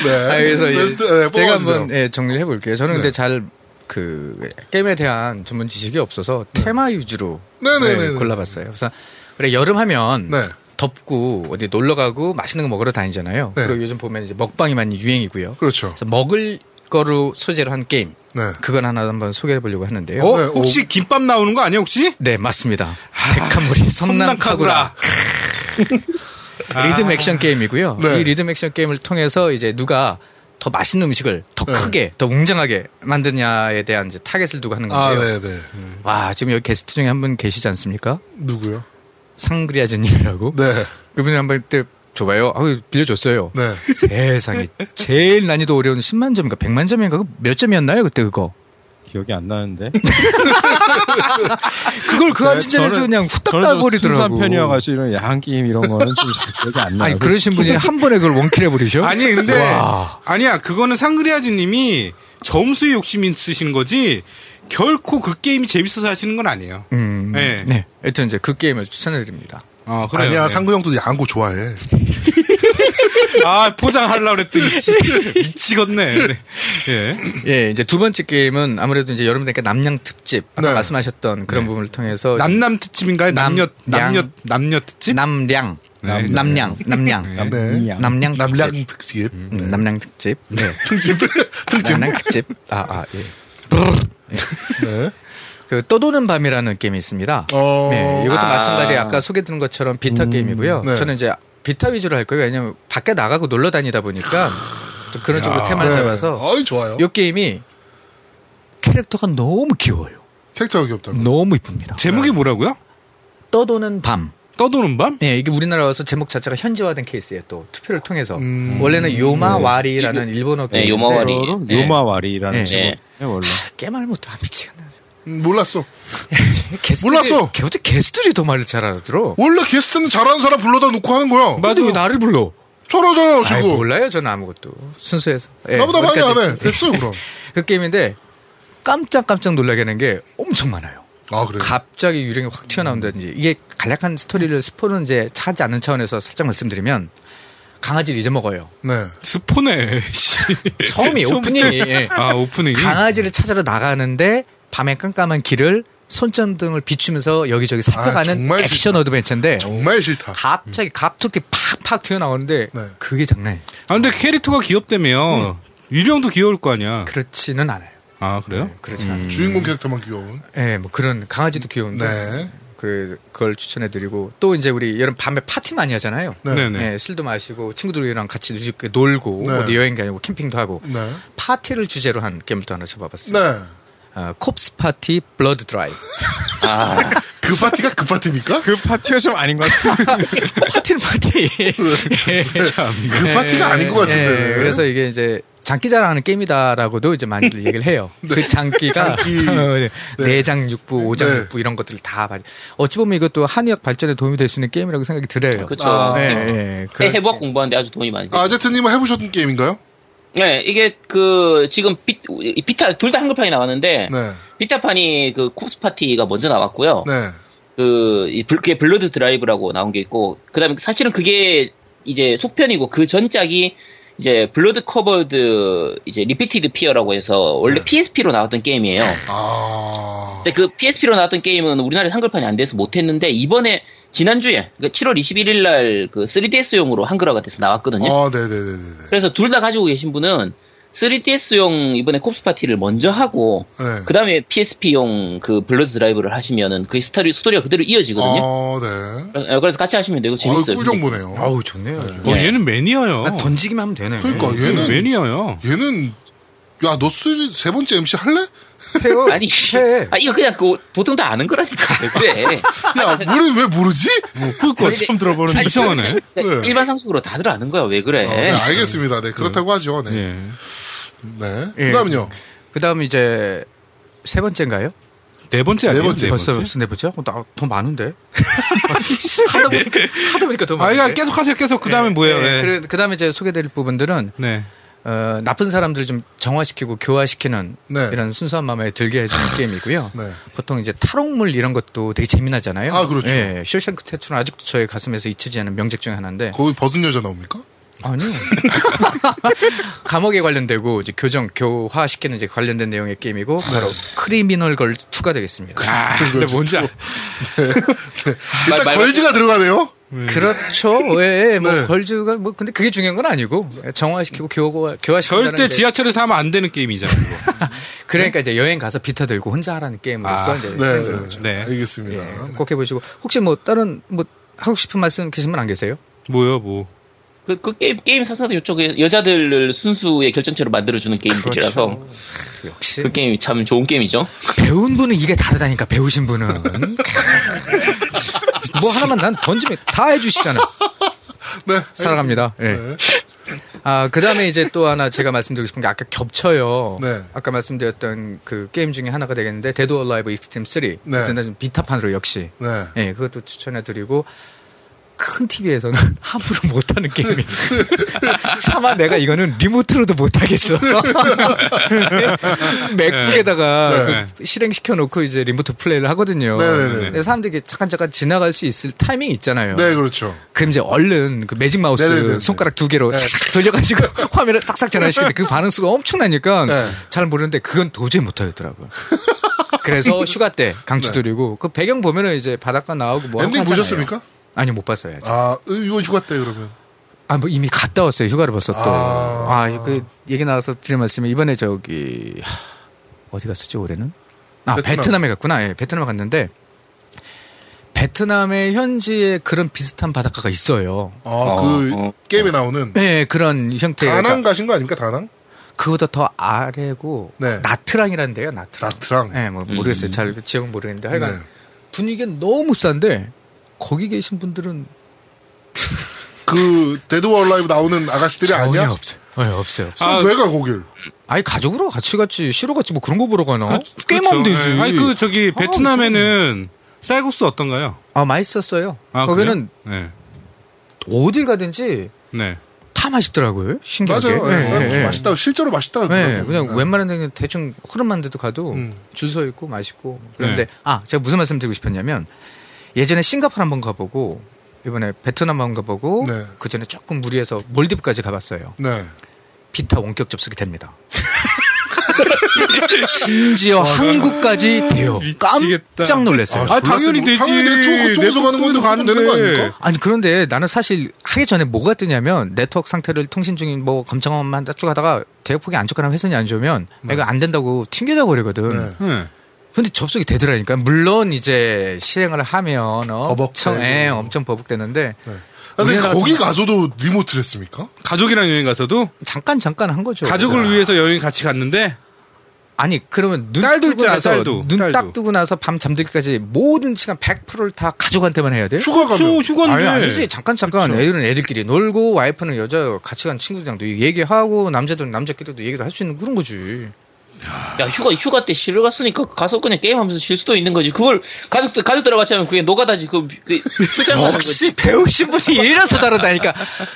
네. 아, 그래서 예, 베스트, 네, 제가 뽑아주세요. 네. 한번 예, 정리를 해볼게요. 저는 근데 잘 그 게임에 대한 전문 지식이 없어서 테마 위주로 네. 네네네네. 네, 골라봤어요. 그래서 그래 여름 하면 네. 덥고 어디 놀러 가고 맛있는 거 먹으러 다니잖아요. 네. 그리고 요즘 보면 이제 먹방이 많이 유행이고요. 그렇죠. 그래서 먹을 거로 소재로 한 게임 네. 그건 하나 한번 소개해 보려고 하는데요. 어? 네, 혹시 김밥 나오는 거 아니야, 혹시? 네 맞습니다. 아, 백합물이 섬남카구라 리듬 액션 게임이고요. 네. 이 리듬 액션 게임을 통해서 이제 누가 더 맛있는 음식을 네. 더 크게, 더 웅장하게 만드냐에 대한 이제 타겟을 두고 하는 아, 건데요. 네, 네. 와 지금 여기 게스트 중에 한 분 계시지 않습니까? 누구요? 상그리아즈님이라고. 네. 그분이 한번 때 줘봐요. 아유 빌려줬어요. 네. 세상에 제일 난이도 어려운 10만 점인가 100만 점인가 그거 몇 점이었나요 그때 그거? 기억이 안 나는데. 음. 네, 그걸 그 한진점에서 저는- 그냥 후딱 저는 좀 순수한 따버리더라고. 편이어가지고 이런 야한 게임 이런 거는 좀잘 기억이 안 나요. 아니 그러신 분이 한 번에 그걸 원킬 해버리셔? 아니, 근데, 와. 아니야, 그거는 상그리아지 님이 점수에 욕심이 있으신 거지, 결코 그 게임이 재밌어서 하시는 건 아니에요. 음, 네. 네. 하여튼 이제 그 게임을 추천해드립니다. 어, 그래요. 아니야, 네. 상구 형도 양고 좋아해. 아, 포장하려고 그랬더니, 씨, 미치겠네. 네. 예. 예, 이제 두 번째 게임은 아무래도 이제 여러분 들께 남양 특집 아까 네. 말씀하셨던 그런 부분을 통해서 남남 특집인가요? 어, 남, 남녀, 양. 남녀, 남녀 특집? 남량, 네. 남량, 남량, 네. 네. 남량, 특집. 남량 특집. 음, 남량 특집, 네, 특집. 특집. 남량 특집. 아, 아, 예. 네. 그 떠도는 밤이라는 게임이 있습니다. 어. 네, 이것도 아. 마찬가지 아까 소개드린 것처럼 비타 게임이고요. 네. 저는 이제 비타 위주로 할 거예요. 왜냐면 밖에 나가고 놀러 다니다 보니까 좀 그런 쪽으로 테마를 네. 잡아서 어이, 좋아요. 이 게임이 캐릭터가 너무 귀여워요. 캐릭터가 귀엽다고. 너무 이쁩니다. 제목이 뭐라고요? 떠도는 밤. 떠도는 밤? 예, 이게 우리나라 와서 제목 자체가 현지화된 케이스예요. 또 투표를 통해서 음. 원래는 요마와리라는 일본어 네, 게임인데 요마와리. 네. 요마와리라는 네. 제목이에요 원래. 깨말 못해 아, 미치겠네. 음, 몰랐어. 게스트들이- 몰랐어. 게- 어째 게스트들이 더 말을 잘 알아들어. 원래 게스트는 잘하는 사람 불러다 놓고 하는 거야. 맞아 왜 나를 불러? 잘하잖아, 뭐, 아, 지금. 몰라요 저는 아무것도 순수해서. 예, 나보다 많이 안 어디까지 해. 했지? 됐어요, 그럼. 그 게임인데 깜짝깜짝 놀라게 하는 게 엄청 많아요. 아, 그래. 갑자기 유령이 확 튀어나온다든지 이게 간략한 스토리를 스포는 이제 차지 않는 차원에서 살짝 말씀드리면 강아지를 잊어먹어요. 네. 스포네. 씨. 처음이 오프닝이 예. 아, 네. 오프닝이. 강아지를 찾으러 나가는데 밤에 깜깜한 길을 손전등을 비추면서 여기저기 아, 살펴가는 정말 액션 어드벤처인데 정말 싫다. 갑자기 갑툭튀 팍팍 튀어나오는데 네. 그게 장난이에요. 아, 근데 캐릭터가 음. 귀엽다며. 유령도 귀여울 거 아니야. 그렇지는 않아요. 아, 그래요? 그렇지 않아요. 주인공 캐릭터만 귀여운. 예, 뭐 그런 강아지도 귀여운데 음. 네. 그 그걸 추천해드리고 또 이제 우리 여름 밤에 파티 많이 하잖아요. 네. 네네. 예, 술도 마시고 친구들이랑 같이 누지게 놀고 네. 어디 여행 다니고 캠핑도 하고 네. 파티를 주제로 한 게임을 또 하나 잡아봤어요. 네. 어, 콥스 파티 블러드 드라이브. 그 파티가 그 파티입니까? 그 파티가 좀 아닌 것 같아요. 파티는 파티. 그 파티가 아닌 것 같은데. 예, 그래서 이게 이제 장기자랑하는 게임이다라고도 이제 많이들 얘기를 해요. 그 장기가 장기. 네. 장 육부, 오장 네. 육부 이런 것들을 다 봐. 어찌 보면 이것도 한의학 발전에 도움이 될 수 있는 게임이라고 생각이 들어요. 그쵸. 아, 예, 네. 예. 새 그런- 해부학 공부하는데 아주 도움이 많이 돼. 아, 아제트님은 해보셨던 게임인가요? 네, 이게 그 지금 비, 비타 둘 다 한글판이 나왔는데 네. 비타판이 그 코스 파티가 먼저 나왔고요. 네. 그, 이 블- 그게 블러드 드라이브라고 나온 게 있고, 그 다음에 사실은 그게 이제 속편이고, 그 전작이 이제 블러드 커버드, 이제 리피티드 피어라고 해서 원래 네. PSP로 나왔던 게임이에요. 아. 근데 그 PSP로 나왔던 게임은 우리나라에 한글판이 안 돼서 못했는데, 이번에 지난주에, 그러니까 7월 21일 어. 날 그 3DS용으로 한글화가 돼서 나왔거든요. 아, 네네네네. 그래서 둘 다 가지고 계신 분은 3DS용 이번에 콥스 파티를 먼저 하고 네. 그 다음에 PSP용 그 블러드 드라이브를 하시면은 그 스토리 스토리가 그대로 이어지거든요. 어, 네. 어, 그래서 같이 하시면 되고 어, 재밌어요. 꿀정보네요. 아우 좋네요. 어, 예. 얘는 매니아야. 아, 던지기만 하면 되네. 그러니까 얘는 얘는 매니아야. 얘는 야 너 세 번째 MC 할래? 해요. 아니, 해. 아, 이거 그냥 그 보통 다 아는 거라니까. 왜 그래. 야 우리는 왜 모르지? 그니까 근데- 처음 들어보는. 아니, 이상하네. 그냥 네. 일반 상식으로 다들 아는 거야. 왜 그래. 어, 네, 알겠습니다. 네 그렇다고 하죠. 네. 예. 네. 예. 그다음요. 그다음 이제 세 번째인가요? 네 번째 아니에요? 네 번째. 네 벌써 번째. 벌써 네 번째? 어, 나, 더 많은데. 하다 보니까 하다 보니까 더 아, 많은데. 이거 계속 하세요. 계속 그 다음에 예, 뭐예요? 예. 예. 그래, 그다음에 이제 소개드릴 부분들은 네. 어, 나쁜 사람들을 좀 정화시키고 교화시키는 네. 이런 순수한 마음에 들게 아, 해주는 게임이고요. 네. 보통 이제 탈옥물 이런 것도 되게 재미나잖아요. 아, 그렇죠. 예, 쇼생크 퇴출은 아직도 저의 가슴에서 잊히지 않은 명작 중에 하나인데. 거기 벗은 여자 나옵니까? 아니요. 감옥에 관련되고 이제 교정 교화시키는 이제 관련된 내용의 게임이고 네. 바로 크리미널 걸 2가 되겠습니다. 아, 근데 뭔지 알... 일단 말- 걸즈가 들어가네요. 그렇죠. 예, 예. 뭐 네. 걸즈가 뭐 근데 그게 중요한 건 아니고 정화시키고 교화 교화시키는 절대 지하철에서 하면 안 되는 게임이잖아. 요 그러니까 이제 여행 가서 비타 들고 혼자 하라는 게임으로서 아, 이제 네. 그런 거죠. 네. 네. 알겠습니다. 꼭 해보시고 혹시 뭐 다른 뭐 하고 싶은 말씀 계신 분 안 계세요? 뭐야, 뭐. 그, 그 게임, 게임 사사도 이쪽에 여자들을 순수의 결정체로 만들어주는 그렇죠. 게임이라서 그 역시 게임이 참 좋은 게임이죠. 배운 분은 이게 다르다니까 배우신 분은 뭐 하나만 난 던지면 다 해주시잖아. 요 네. 사랑합니다. 예. 알겠습니다. 아, 그 다음에 이제 또 하나 제가 말씀드리고 싶은 게 아까 겹쳐요. 네. 아까 말씀드렸던 그 게임 중에 하나가 되겠는데, 데드 올 라이브 익스트림 3. 네. 일단 비타판으로 역시. 네. 네. 예, 그것도 추천해드리고, 큰 TV에서는 함부로 못하는 게임이에요. 차마 내가 이거는 리모트로도 못하겠어. 맥북에다가 네. 그 실행시켜놓고 이제 리모트 플레이를 하거든요. 네, 네, 네. 근데 사람들이 이렇게 잠깐 잠깐 지나갈 수 있을 타이밍이 있잖아요. 네, 그렇죠. 그럼 이제 얼른 그 매직 마우스 네네네. 손가락 두 개로 네. 샥 돌려가지고 화면을 싹싹 전환시키는데 그 반응수가 엄청나니까 네. 잘 모르는데 그건 도저히 못하겠더라고요. 그래서 휴가 때 강추 드리고 그 배경 보면은 이제 바닷가 나오고 뭐 하고 네. 엔딩 하잖아요. 보셨습니까? 아니요 못 봤어요. 아직. 아, 이거 휴가 때 그러면. 아 뭐 이미 갔다 왔어요 휴가를 벌써 또. 아. 아그 얘기 나와서 드릴 말씀이 이번에 저기 하, 어디 갔었지 올해는? 아 베트남. 베트남. 에 갔구나. 예, 베트남에 갔는데 베트남의 현지에 그런 비슷한 바닷가가 있어요. 아, 그 어. 게임에 나오는 네, 그러니까. 그런 형태가 다낭 가신 거 아닙니까? 다낭? 그보다 더 아래고 네. 나트랑이라는 데요, 나트랑. 나트랑. 네, 뭐 음. 모르겠어요. 잘 지역은 모르겠는데 하여간 네. 분위기는 너무 싼데 거기 계신 분들은 그 데드 워 라이브 나오는 아가씨들이 전혀 아니야? 없어요. 네, 없어요. 없어요. 아, 왜가 거길? 아니 가족으로 같이 갔지, 싫어 갔지 뭐 그런 거 보러 가나? 게임하면 그렇죠. 되지. 예. 아니, 그 저기 베트남에는 쌀국수 어떤가요? 아, 맛있었어요. 아, 거기는 그래요? 어딜 가든지 네. 네. 다 맛있더라고요. 신기하게. 맞아요. 예, 예, 쌀국수 예, 예. 맛있다. 실제로 맛있다. 네, 그러더라고요. 그냥 네. 웬만한 데 대충 흐름만 데도 가도 음. 줄 서 있고 맛있고 그런데 네. 아 제가 무슨 말씀 드리고 싶었냐면 예전에 싱가포르 한번 가보고 이번에 베트남 한번 가보고 네. 그 전에 조금 무리해서 몰디브까지 가봤어요. 네. 비타 원격 접속이 됩니다. 심지어 한국까지 돼요. 미치겠다. 깜짝 놀랐어요. 아, 당연히 되지. 당연히 네트워크 통해서 가는 건데 가면 되는 거 아닙니까? 아니 그런데 나는 사실 하기 전에 뭐가 뜨냐면 네트워크 상태를 통신 중인 뭐 검정만 쭉 하다가 대역폭이 안 좋거나 회선이 안 좋으면 이거 안 된다고 튕겨져 버리거든. 네. 음. 네. 근데 접속이 되더라니까. 물론 이제 실행을 하면 엄청 버벅대고. 예, 엄청 버벅대는데 네. 근데 우리나라 거기 같은- 가서도 리모트를 했습니까? 가족이랑 여행 가서도 잠깐 잠깐 한 거죠. 가족을 위해서 여행 같이 갔는데 아니 그러면 눈 딸도 뜨고 있잖아, 나서 딸도. 눈 딸도. 딱 뜨고 나서 밤 잠들기까지 모든 시간 100%를 다 가족한테만 해야 돼요? 휴가 가면. 휴, 휴건데 아니 아니지 잠깐 잠깐 그쵸. 애들은 애들끼리 놀고 와이프는 여자 같이 간 친구들이랑도 얘기하고 남자들은 남자끼리도 얘기도 할 수 있는 그런 거지. 야, 휴가, 휴가 때 쉬러 갔으니까 가서 그냥 게임하면서 쉴 수도 있는 거지. 그걸 가족들, 가족들하고 같이 하면 그게 노가다지. 그, 그, 출장 가는 거지. 역시 배우신 분이 이래서 다르다니까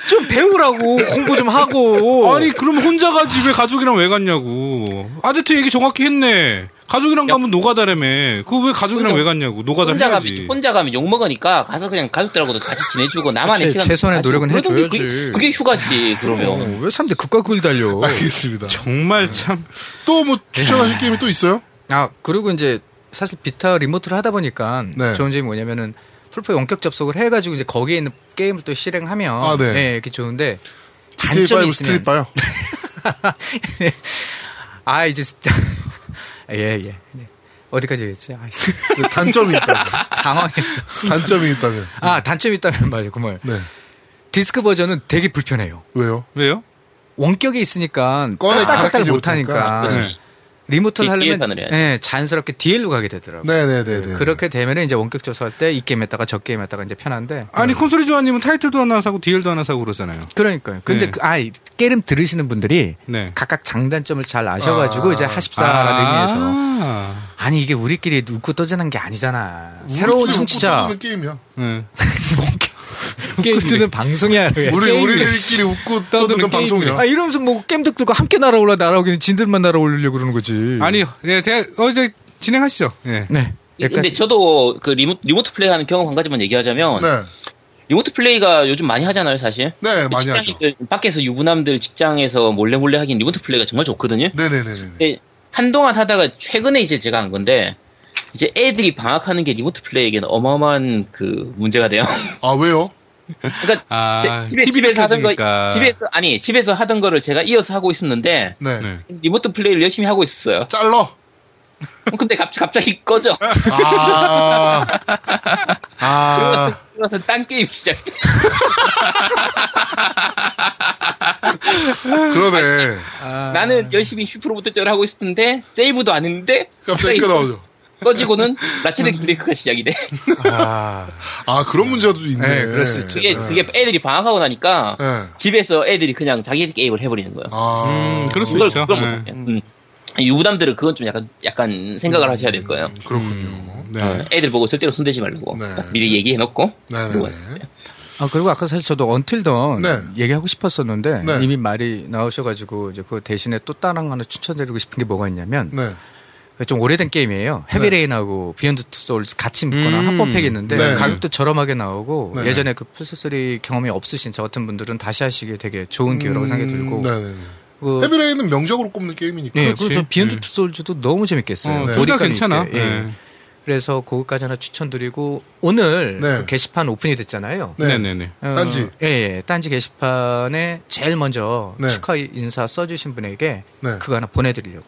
좀 배우라고 공부 좀 하고 아니 그럼 혼자 가지 왜 가족이랑 왜 갔냐고 아재트 얘기 정확히 했네 가족이랑 야. 가면 노가다라며 그거 왜 가족이랑 혼자- 왜 갔냐고 노가다 혼자 해야지 가면, 혼자 가면 욕먹으니까 가서 그냥 가족들하고도 같이 지내주고 나만의 그치, 시간. 최소한의 가지고 노력은 그러던 게 해줘야지. 그게, 그게 휴가지, 그러면. 어, 왜 사람들 극과 극을 달려? 알겠습니다. 정말 참 또 뭐 네. 추천하실 게임이 또 있어요? 아 그리고 이제 사실 비타 리모트를 하다 보니까 네. 좋은 점이 뭐냐면은 풀포 원격 접속을 해가지고 이제 거기에 있는 게임을 또 실행하면 아, 네. 예, 그게 좋은데 GTA 단점이 5 스트릿 있으면 봐요. 아 이제 진짜 예예 어디까지 얘기했지? 아, 네, 단점이 있다면. 당황했어. 단점이 있다면. 아 단점이 있다면 말이에요. 그말 네. 디스크 버전은 되게 불편해요. 왜요? 왜요? 원격에 있으니까 꺼내 까딱까딱 닫히지 못하니까 못하니까. 네. 리모트를 뒤- 뒤에 하려면 바늘이야. 예, 자연스럽게 DL로 가게 되더라고요. 네네네네. 그렇게 되면 은 이제 원격 조사할 때 이 게임 했다가 저 게임 했다가 이제 편한데 아니 콘솔이 조아님은 타이틀도 하나 사고 DL도 하나 사고 그러잖아요. 그러니까요. 예. 근데 네. 그, 아, 이 게임 들으시는 분들이 네. 각각 장단점을 잘 아셔가지고 아. 이제 하십사라는 의미에서 아. 아니 이게 우리끼리 웃고 떠지는 게 아니잖아. 새로운 청취자 웃고 떠드는 게임이야. 네. 게임 듣는 방송이야. 왜. 우리 네, 게임이. 우리들끼리 웃고 떠드는 게임이. 방송이야. 아 이러면서 뭐 게임도 들고 함께 날아올라 날아오기는 진들만 날아올리려고 그러는 거지. 아니, 예, 대, 어, 이제 진행하시죠. 예. 네. 약간 근데 저도 그 리모, 리모트 플레이 하는 경험 한 가지만 얘기하자면 네. 리모트 플레이가 요즘 많이 하잖아요, 사실. 그 네, 많이 하죠. 직장인들, 밖에서 유부남들 직장에서 몰래 몰래 하긴 리모트 플레이가 정말 좋거든요. 네네네네. 근데 한동안 하다가 최근에 이제 제가 한 건데 이제 애들이 방학하는 게 리모트 플레이에게는 어마어마한 그 문제가 돼요. 아, 왜요? 그러니까 아, 제- 집에, TV 를 집에서 하던 거 켜지니까. 집에서 아니 집에서 하던 거를 제가 이어서 하고 있었는데 네. 네. 리모트 플레이를 열심히 하고 있었어요. 잘러. 근데 갑, 갑자기 꺼져. 아. 아. 그래서 딴 게임 시작해. 그러네. 아. 나는 열심히 슈퍼로봇 대를 하고 있었는데 세이브도 안 했는데 갑자기 음. 끊어오죠. 꺼지고는 라체드 브레이크가 시작이 돼. 아, 그런 문제도 있네. 네, 그럴 수 있죠. 그게, 그게 애들이 방학하고 나니까 네. 집에서 애들이 그냥 자기 게임을 해버리는 거예요. 아. 음, 그럴 수 그걸 있죠. 그걸 네. 못해. 음. 유부남들은 그건 좀 약간 약간 생각을 음. 하셔야 될 거예요. 음. 그렇군요. 네. 애들 보고 절대로 손대지 말라고 네. 꼭 미리 얘기해놓고 네네네. 아 그리고 아까 사실 저도 언틸던 네. 얘기하고 싶었었는데 네. 이미 말이 나오셔가지고 이제 그 대신에 또 다른 하나 추천드리고 싶은 게 뭐가 있냐면 네. 좀 오래된 게임이에요. 헤비레인하고 비욘드 투 소울스 같이 묶거나 음. 합본팩 있는데 네. 가격도 저렴하게 나오고 네. 예전에 그 플스3 경험이 없으신 저 같은 분들은 다시 하시기에 되게 좋은 기회라고 생각이 들고 음, 네네네. 그 헤비레인은 명작으로 꼽는 게임이니까. 예, 그렇지. 그리고 저 비욘드 네. 투 소울즈도 너무 재밌겠어요. 어, 둘다 몰입감 괜찮아. 있게. 예. 네. 그래서 그거까지 하나 추천드리고 오늘 네. 그 게시판 오픈이 됐잖아요. 네. 네네네. 어, 딴지. 예, 예. 딴지 게시판에 제일 먼저 네. 축하 인사 써주신 분에게 네. 그거 하나 보내드리려고.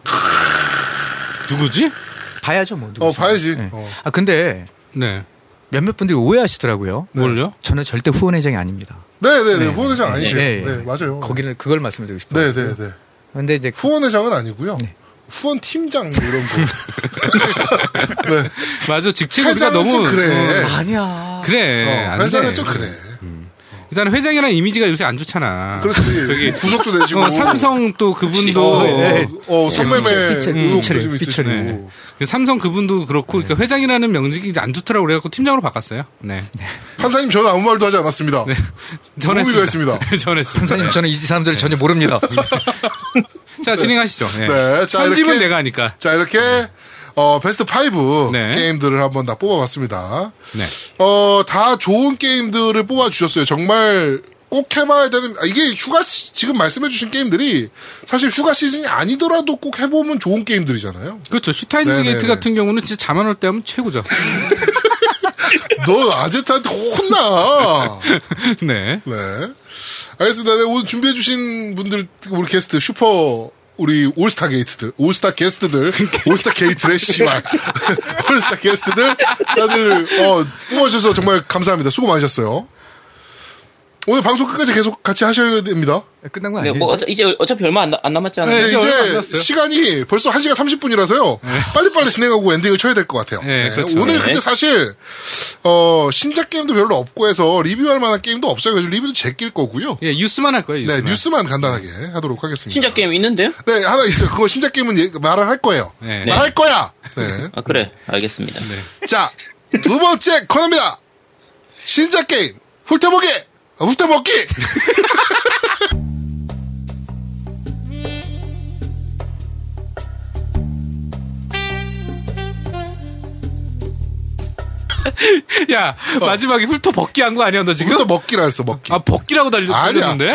누구지? 봐야죠, 뭐. 누구지. 봐야지. 예. 어. 아, 근데 네. 몇몇 분들이 오해하시더라고요. 뭘요? 저는 절대 후원회장이 아닙니다. 네네네. 후원회장 아니세요? 예, 예. 네, 맞아요. 거기는 그걸 말씀드리고 싶어요. 네네네. 근데 이제 그- 후원회장은 아니고요. 후원 팀장 뭐 이런 거. 네. 맞아. 직책 우리가 회장은 너무 어, 좀 그래. 어, 아니야. 네, 그래. 어, 안 회장은 돼. 좀 그래. 음. 일단 회장이랑 이미지가 요새 안 좋잖아. 그렇지. 저기 구속도 되시고. 어, 삼성 또 어, 그분도 네. 어, 어, 성매매 삐처리, 의혹도 삐처리, 좀 있으시고. 네. 삐처리. 네. 삼성 그분도 그렇고 그러니까 회장이라는 명직이 이제 안 좋더라고 그래갖고 팀장으로 바꿨어요. 네. 판사님 저는 아무 말도 하지 않았습니다. 네. 동의가 있습니다. 전했습니다. 선생님, 저는 이 사람들을 전혀 모릅니다. 자 진행하시죠. 네. 네, 자, 편집은 이렇게- 내가 하니까. 자 이렇게 어, 베스트 5 네. 게임들을 한번 다 뽑아봤습니다. 네. 어, 다 좋은 게임들을 뽑아주셨어요. 정말 꼭 해봐야 되는, 아, 이게 휴가, 시- 지금 말씀해주신 게임들이 사실 휴가 시즌이 아니더라도 꼭 해보면 좋은 게임들이잖아요. 그렇죠. 슈타인 네네네. 게이트 같은 경우는 진짜 잠 안 올 때 하면 최고죠. 너 아제트한테 혼나! 네. 네. 알겠습니다. 네, 오늘 준비해주신 분들, 우리 게스트, 슈퍼, 우리 올스타 게이트들, 올스타 게스트들, 올스타 게이트래, 씨발. 올스타 게스트들, 다들, 어, 뽑아주셔서 정말 감사합니다. 수고 많으셨어요. 오늘 방송 끝까지 계속 같이 하셔야 됩니다. 끝난 거 네, 아니에요? 뭐 어차, 이제 어차피 얼마 안, 나- 안 남았지 않아요? 네, 근데 이제 얼마 안 이제 남았어요. 시간이 벌써 1시간 30분이라서요. 빨리빨리 진행하고 엔딩을 쳐야 될 것 같아요. 네, 그렇죠. 오늘 네. 근데 사실, 어, 신작 게임도 별로 없고 해서 리뷰할 만한 게임도 없어요. 그래서 리뷰도 제낄 거고요. 예, 뉴스만 할 거예요. 네, 뉴스만. 뉴스만 간단하게 하도록 하겠습니다. 신작 게임 있는데요? 네, 하나 있어요. 그거 신작 게임은 얘- 말을 할 거예요. 네. 말할 거야! 네. 아 그래 알겠습니다. 자, 두 번째 코너입니다. 신작 게임, 훑어보기! 아, 훑어먹기! 야 마지막에 훑어 벗기 한 거 아니야 너 지금? 네. 훑어먹기라 했어, 먹기. 아 벗기라고 아니야. 달렸는데?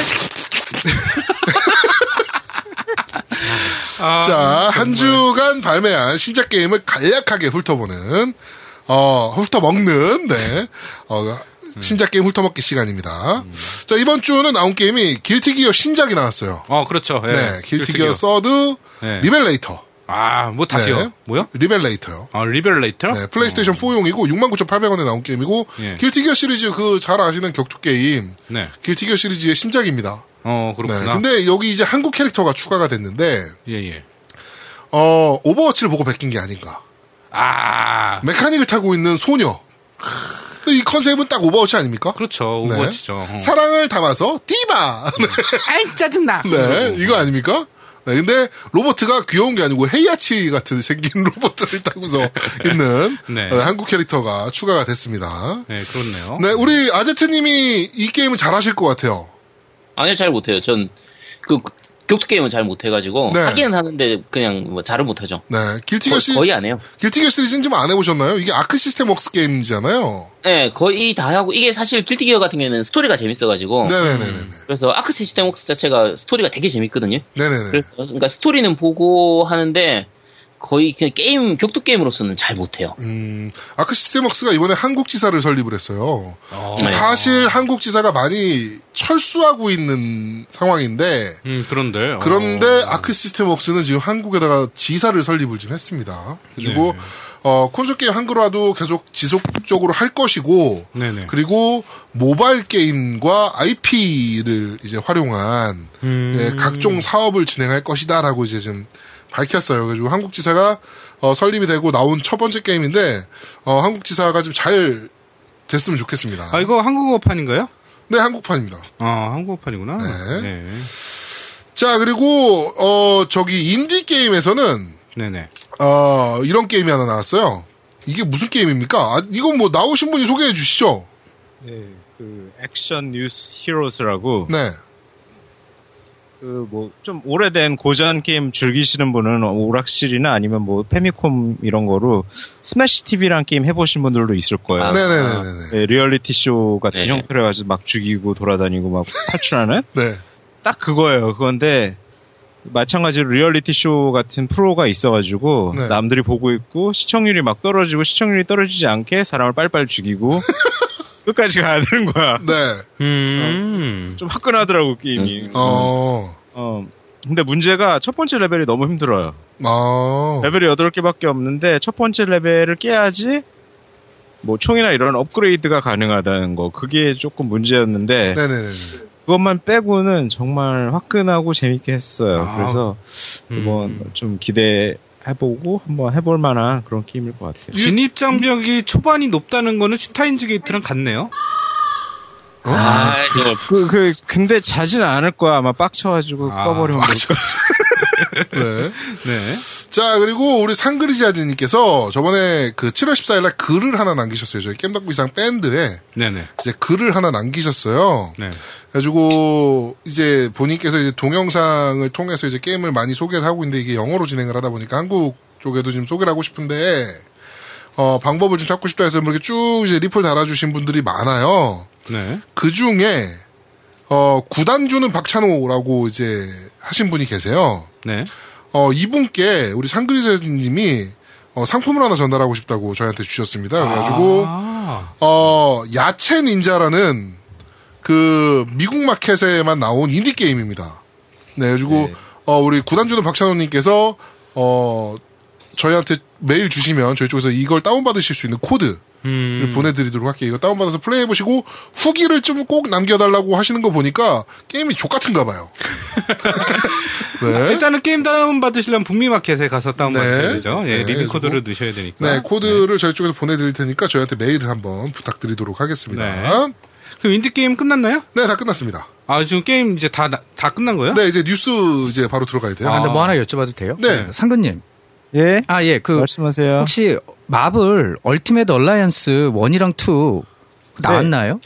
아, 자, 한 주간 발매한 신작 게임을 간략하게 훑어보는, 어, 훑어먹는, 네. 어, 음. 신작 게임 훑어먹기 시간입니다. 자, 이번 주는 나온 게임이 길티 기어 신작이 나왔어요. 어, 그렇죠. 예. 네, 길티 길티기어. 기어 서드 네. 리벨레이터. 아, 뭐 다시요? 네. 뭐요? 리벨레이터요. 아, 리벨레이터? 네, 플레이스테이션 4용이고 69,800원에 나온 게임이고 예. 길티 기어 시리즈 그 잘 아시는 격투 게임 네. 길티 기어 시리즈의 신작입니다. 어, 네, 그렇구나. 근데 여기 이제 한국 캐릭터가 추가가 됐는데 예, 예. 어, 오버워치를 보고 베낀 게 아닌가. 아, 메카닉을 타고 있는 소녀. 이 컨셉은 딱 오버워치 아닙니까? 그렇죠. 네. 오버워치죠. 어. 예. 사랑을 담아서 디바. 아이, 짜증나. 네, 이거 아닙니까? 네, 근데 로버트가 귀여운 게 아니고 헤이아치 같은 생긴 로버트를 타고서 있는 네. 어, 한국 캐릭터가 추가가 됐습니다. 네, 그렇네요. 네, 우리 아제트님이 이 게임은 잘하실 것 같아요. 아니요, 잘 못해요. 전 그 격투 게임은 잘 못해가지고 네. 하기는 하는데 그냥 뭐 잘은 못하죠. 네, 길티겨 거의, 시 거의 아- 안 해요. 길티겨 시리즈는 좀 안 해보셨나요? 이게 아크 시스템 웍스 게임이잖아요. 네, 거의 다 하고 이게 사실 길티기어 같은 경우에는 스토리가 재밌어가지고 네네네네. 그래서 아크 시스템 웍스 자체가 스토리가 되게 재밌거든요. 네네네. 그래서 그러니까 스토리는 보고 하는데 거의 그냥 게임 격투 게임으로서는 잘 못해요. 음, 아크 시스템 웍스가 이번에 한국 지사를 설립을 했어요. 어. 지금 사실 한국 지사가 많이 철수하고 있는 상황인데 음, 그런데. 어. 그런데 아크 시스템 웍스는 지금 한국에다가 지사를 설립을 좀 했습니다. 그리고 네. 어, 콘솔 게임 한글화도 계속 지속적으로 할 것이고 네네. 그리고 모바일 게임과 IP를 이제 활용한 음. 예, 각종 사업을 진행할 것이다라고 이제 지금 밝혔어요. 그래가지고 한국 지사가 어, 설립이 되고 나온 첫 번째 게임인데 어, 한국 지사가 좀 잘 됐으면 좋겠습니다. 아, 이거 한국어판인가요? 네, 한국판입니다. 아, 한국어판이구나. 네. 네. 자, 그리고, 어, 저기, 인디게임에서는, 네네. 어, 이런 게임이 하나 나왔어요. 이게 무슨 게임입니까? 아, 이건 뭐, 나오신 분이 소개해 주시죠? 예, 그 액션 뉴스 히로스라고 네. 그 뭐 좀 오래된 고전 게임 즐기시는 분은 오락실이나 아니면 뭐 페미콤 이런 거로 스매시 TV랑 게임 해보신 분들도 있을 거예요. 아. 네네네네. 예, 리얼리티 쇼 같은 네. 형태로 해가지고 막 죽이고 돌아다니고 막 탈출하는 네. 딱 그거예요. 그건데 마찬가지로 리얼리티 쇼 같은 프로가 있어가지고 네. 남들이 보고 있고 시청률이 막 떨어지고 시청률이 떨어지지 않게 사람을 빨빨 죽이고 끝까지 가야 되는 거야. 네. 음. 좀 화끈하더라고 게임이. 어, 어, 근데 문제가 첫 번째 레벨이 너무 힘들어요. 어. 레벨이 8개밖에 없는데 첫 번째 레벨을 깨야지 뭐 총이나 이런 업그레이드가 가능하다는 거 그게 조금 문제였는데 네네네. 그것만 빼고는 정말 화끈하고 재밌게 했어요. 아, 그래서 음. 이번 좀 기대해보고 한번 해볼 만한 그런 게임일 것 같아요. 진입 장벽이 초반이 높다는 거는 슈타인즈 게이트랑 같네요. 어? 아, 이거 그, 그, 근데 자진 않을 거야. 아마 빡쳐가지고 아, 꺼버리면. 네. 네. 자, 그리고 우리 상그리지아드님께서 저번에 그 7월 14일날 글을 하나 남기셨어요. 저희 겜덕구 이상 밴드에 네네. 이제 글을 하나 남기셨어요. 네. 그래가지고 이제 본인께서 이제 동영상을 통해서 이제 게임을 많이 소개를 하고 있는데 이게 영어로 진행을 하다 보니까 한국 쪽에도 지금 소개를 하고 싶은데 어 방법을 좀 찾고 싶다 해서 이렇게 쭉 이제 리플 달아주신 분들이 많아요. 네. 그 중에 어 구단주는 박찬호라고 이제 하신 분이 계세요. 네. 어 이분께 우리 상그리자님이 어, 상품을 하나 전달하고 싶다고 저희한테 주셨습니다. 그래가지고 아. 어, 야채 닌자라는 그 미국 마켓에만 나온 인디 게임입니다. 네, 그리고 어, 우리 구단주는 박찬호님께서 어, 저희한테 메일 주시면 저희 쪽에서 이걸 다운받으실 수 있는 코드를 음. 보내드리도록 할게요. 이거 다운받아서 플레이해보시고 후기를 좀 꼭 남겨달라고 하시는 거 보니까 게임이 족같은가 봐요. 네. 아, 일단은 게임 다운 받으시려면 북미 마켓에 가서 다운 네. 받으셔야 되죠. 예, 네, 리딩 그리고- 코드를 넣으셔야 되니까. 네, 코드를 저희 쪽에서 보내드릴 테니까 저희한테 메일을 한번 부탁드리도록 하겠습니다. 그럼 인디 게임 끝났나요? 네, 다 끝났습니다. 아, 지금 게임 이제 다 다 끝난 거예요? 네, 이제 뉴스 이제 바로 들어가야 돼요. 아, 근데 뭐 하나 여쭤봐도 돼요? 네. 상근님. 예? 아, 예. 그 말씀하세요. 혹시 마블 얼티메트 얼라이언스 1이랑 2 네. 나왔나요?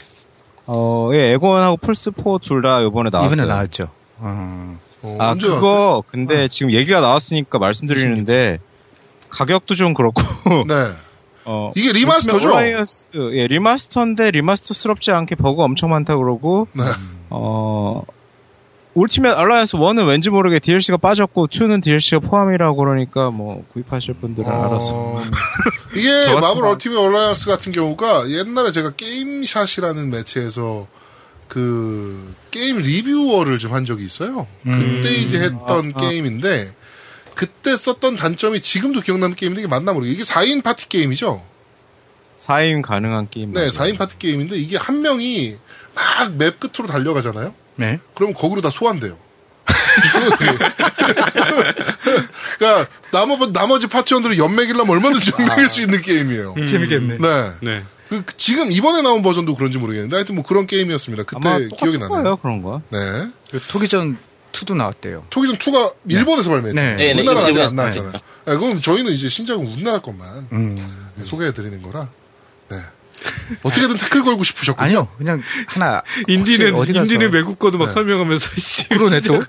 어, 예, 에곤하고 플스4 둘 다 이번에 나왔어요. 이번에 나왔죠. 아. 어. 어, 아, 언제 그거, 근데 지금 얘기가 나왔으니까 말씀드리는데, 가격도 좀 그렇고, 네. 어, 이게 리마스터죠? 오라이언스, 예, 리마스터인데, 리마스터스럽지 않게 버그 엄청 많다 그러고, 네. 어, 울티메트 알라이언스 1은 왠지 모르게 DLC가 빠졌고 2는 DLC가 포함이라고 그러니까 뭐 구입하실 분들은 알아서 어, 이게 저 같은 마블 거- 얼티밋 얼라이언스 같은 경우가 옛날에 제가 게임샷이라는 매체에서 그 게임 리뷰어를 좀 한 적이 있어요. 그때 이제 했던 게임인데 그때 썼던 단점이 지금도 기억나는 게임인데 이게 맞나 모르겠어요. 이게 4인 파티 게임이죠. 4인 가능한 게임. 네, 4인 파티 게임인데 이게 한 명이 막 맵 끝으로 달려가잖아요. 네. 그럼 거기로 다 소환돼요. 그러니까 나머지, 나머지 파티원들을 연맥이려면 얼마든지 연맥일 수 있는 게임이에요. 음. 재밌겠네. 네. 네. 그, 그 지금 이번에 나온 버전도 그런지 모르겠는데 하여튼 뭐 그런 게임이었습니다. 아마 그때 기억이 똑같을 나네요. 거예요 그런 거. 네. 그 토기전 2도 나왔대요. 토기전 2가 일본에서 발매했죠. 네. 네, 네, 우리나라 아직 안 일본에서 나왔잖아요. 네, 그럼 저희는 이제 신작은 우리나라 것만 음. 네, 소개해드리는 거라. 네. 어떻게든 태클 걸고 싶으셨군요. 아니요, 그냥 하나. 인디는 혹시 어디 가서- 네. 인디는 외국 거도 막 설명하면서 씨. 그러네 또.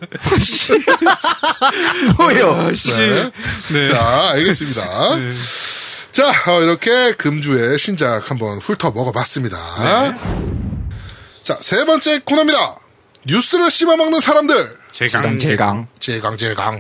뭐요? 아, 씨. 네. 네. 자, 알겠습니다. 자, 어, 이렇게 금주의 신작 한번 훑어 먹어봤습니다. 네. 자, 세 번째 코너입니다. 뉴스를 씹어먹는 사람들. 제강 제강. 제강, 제강.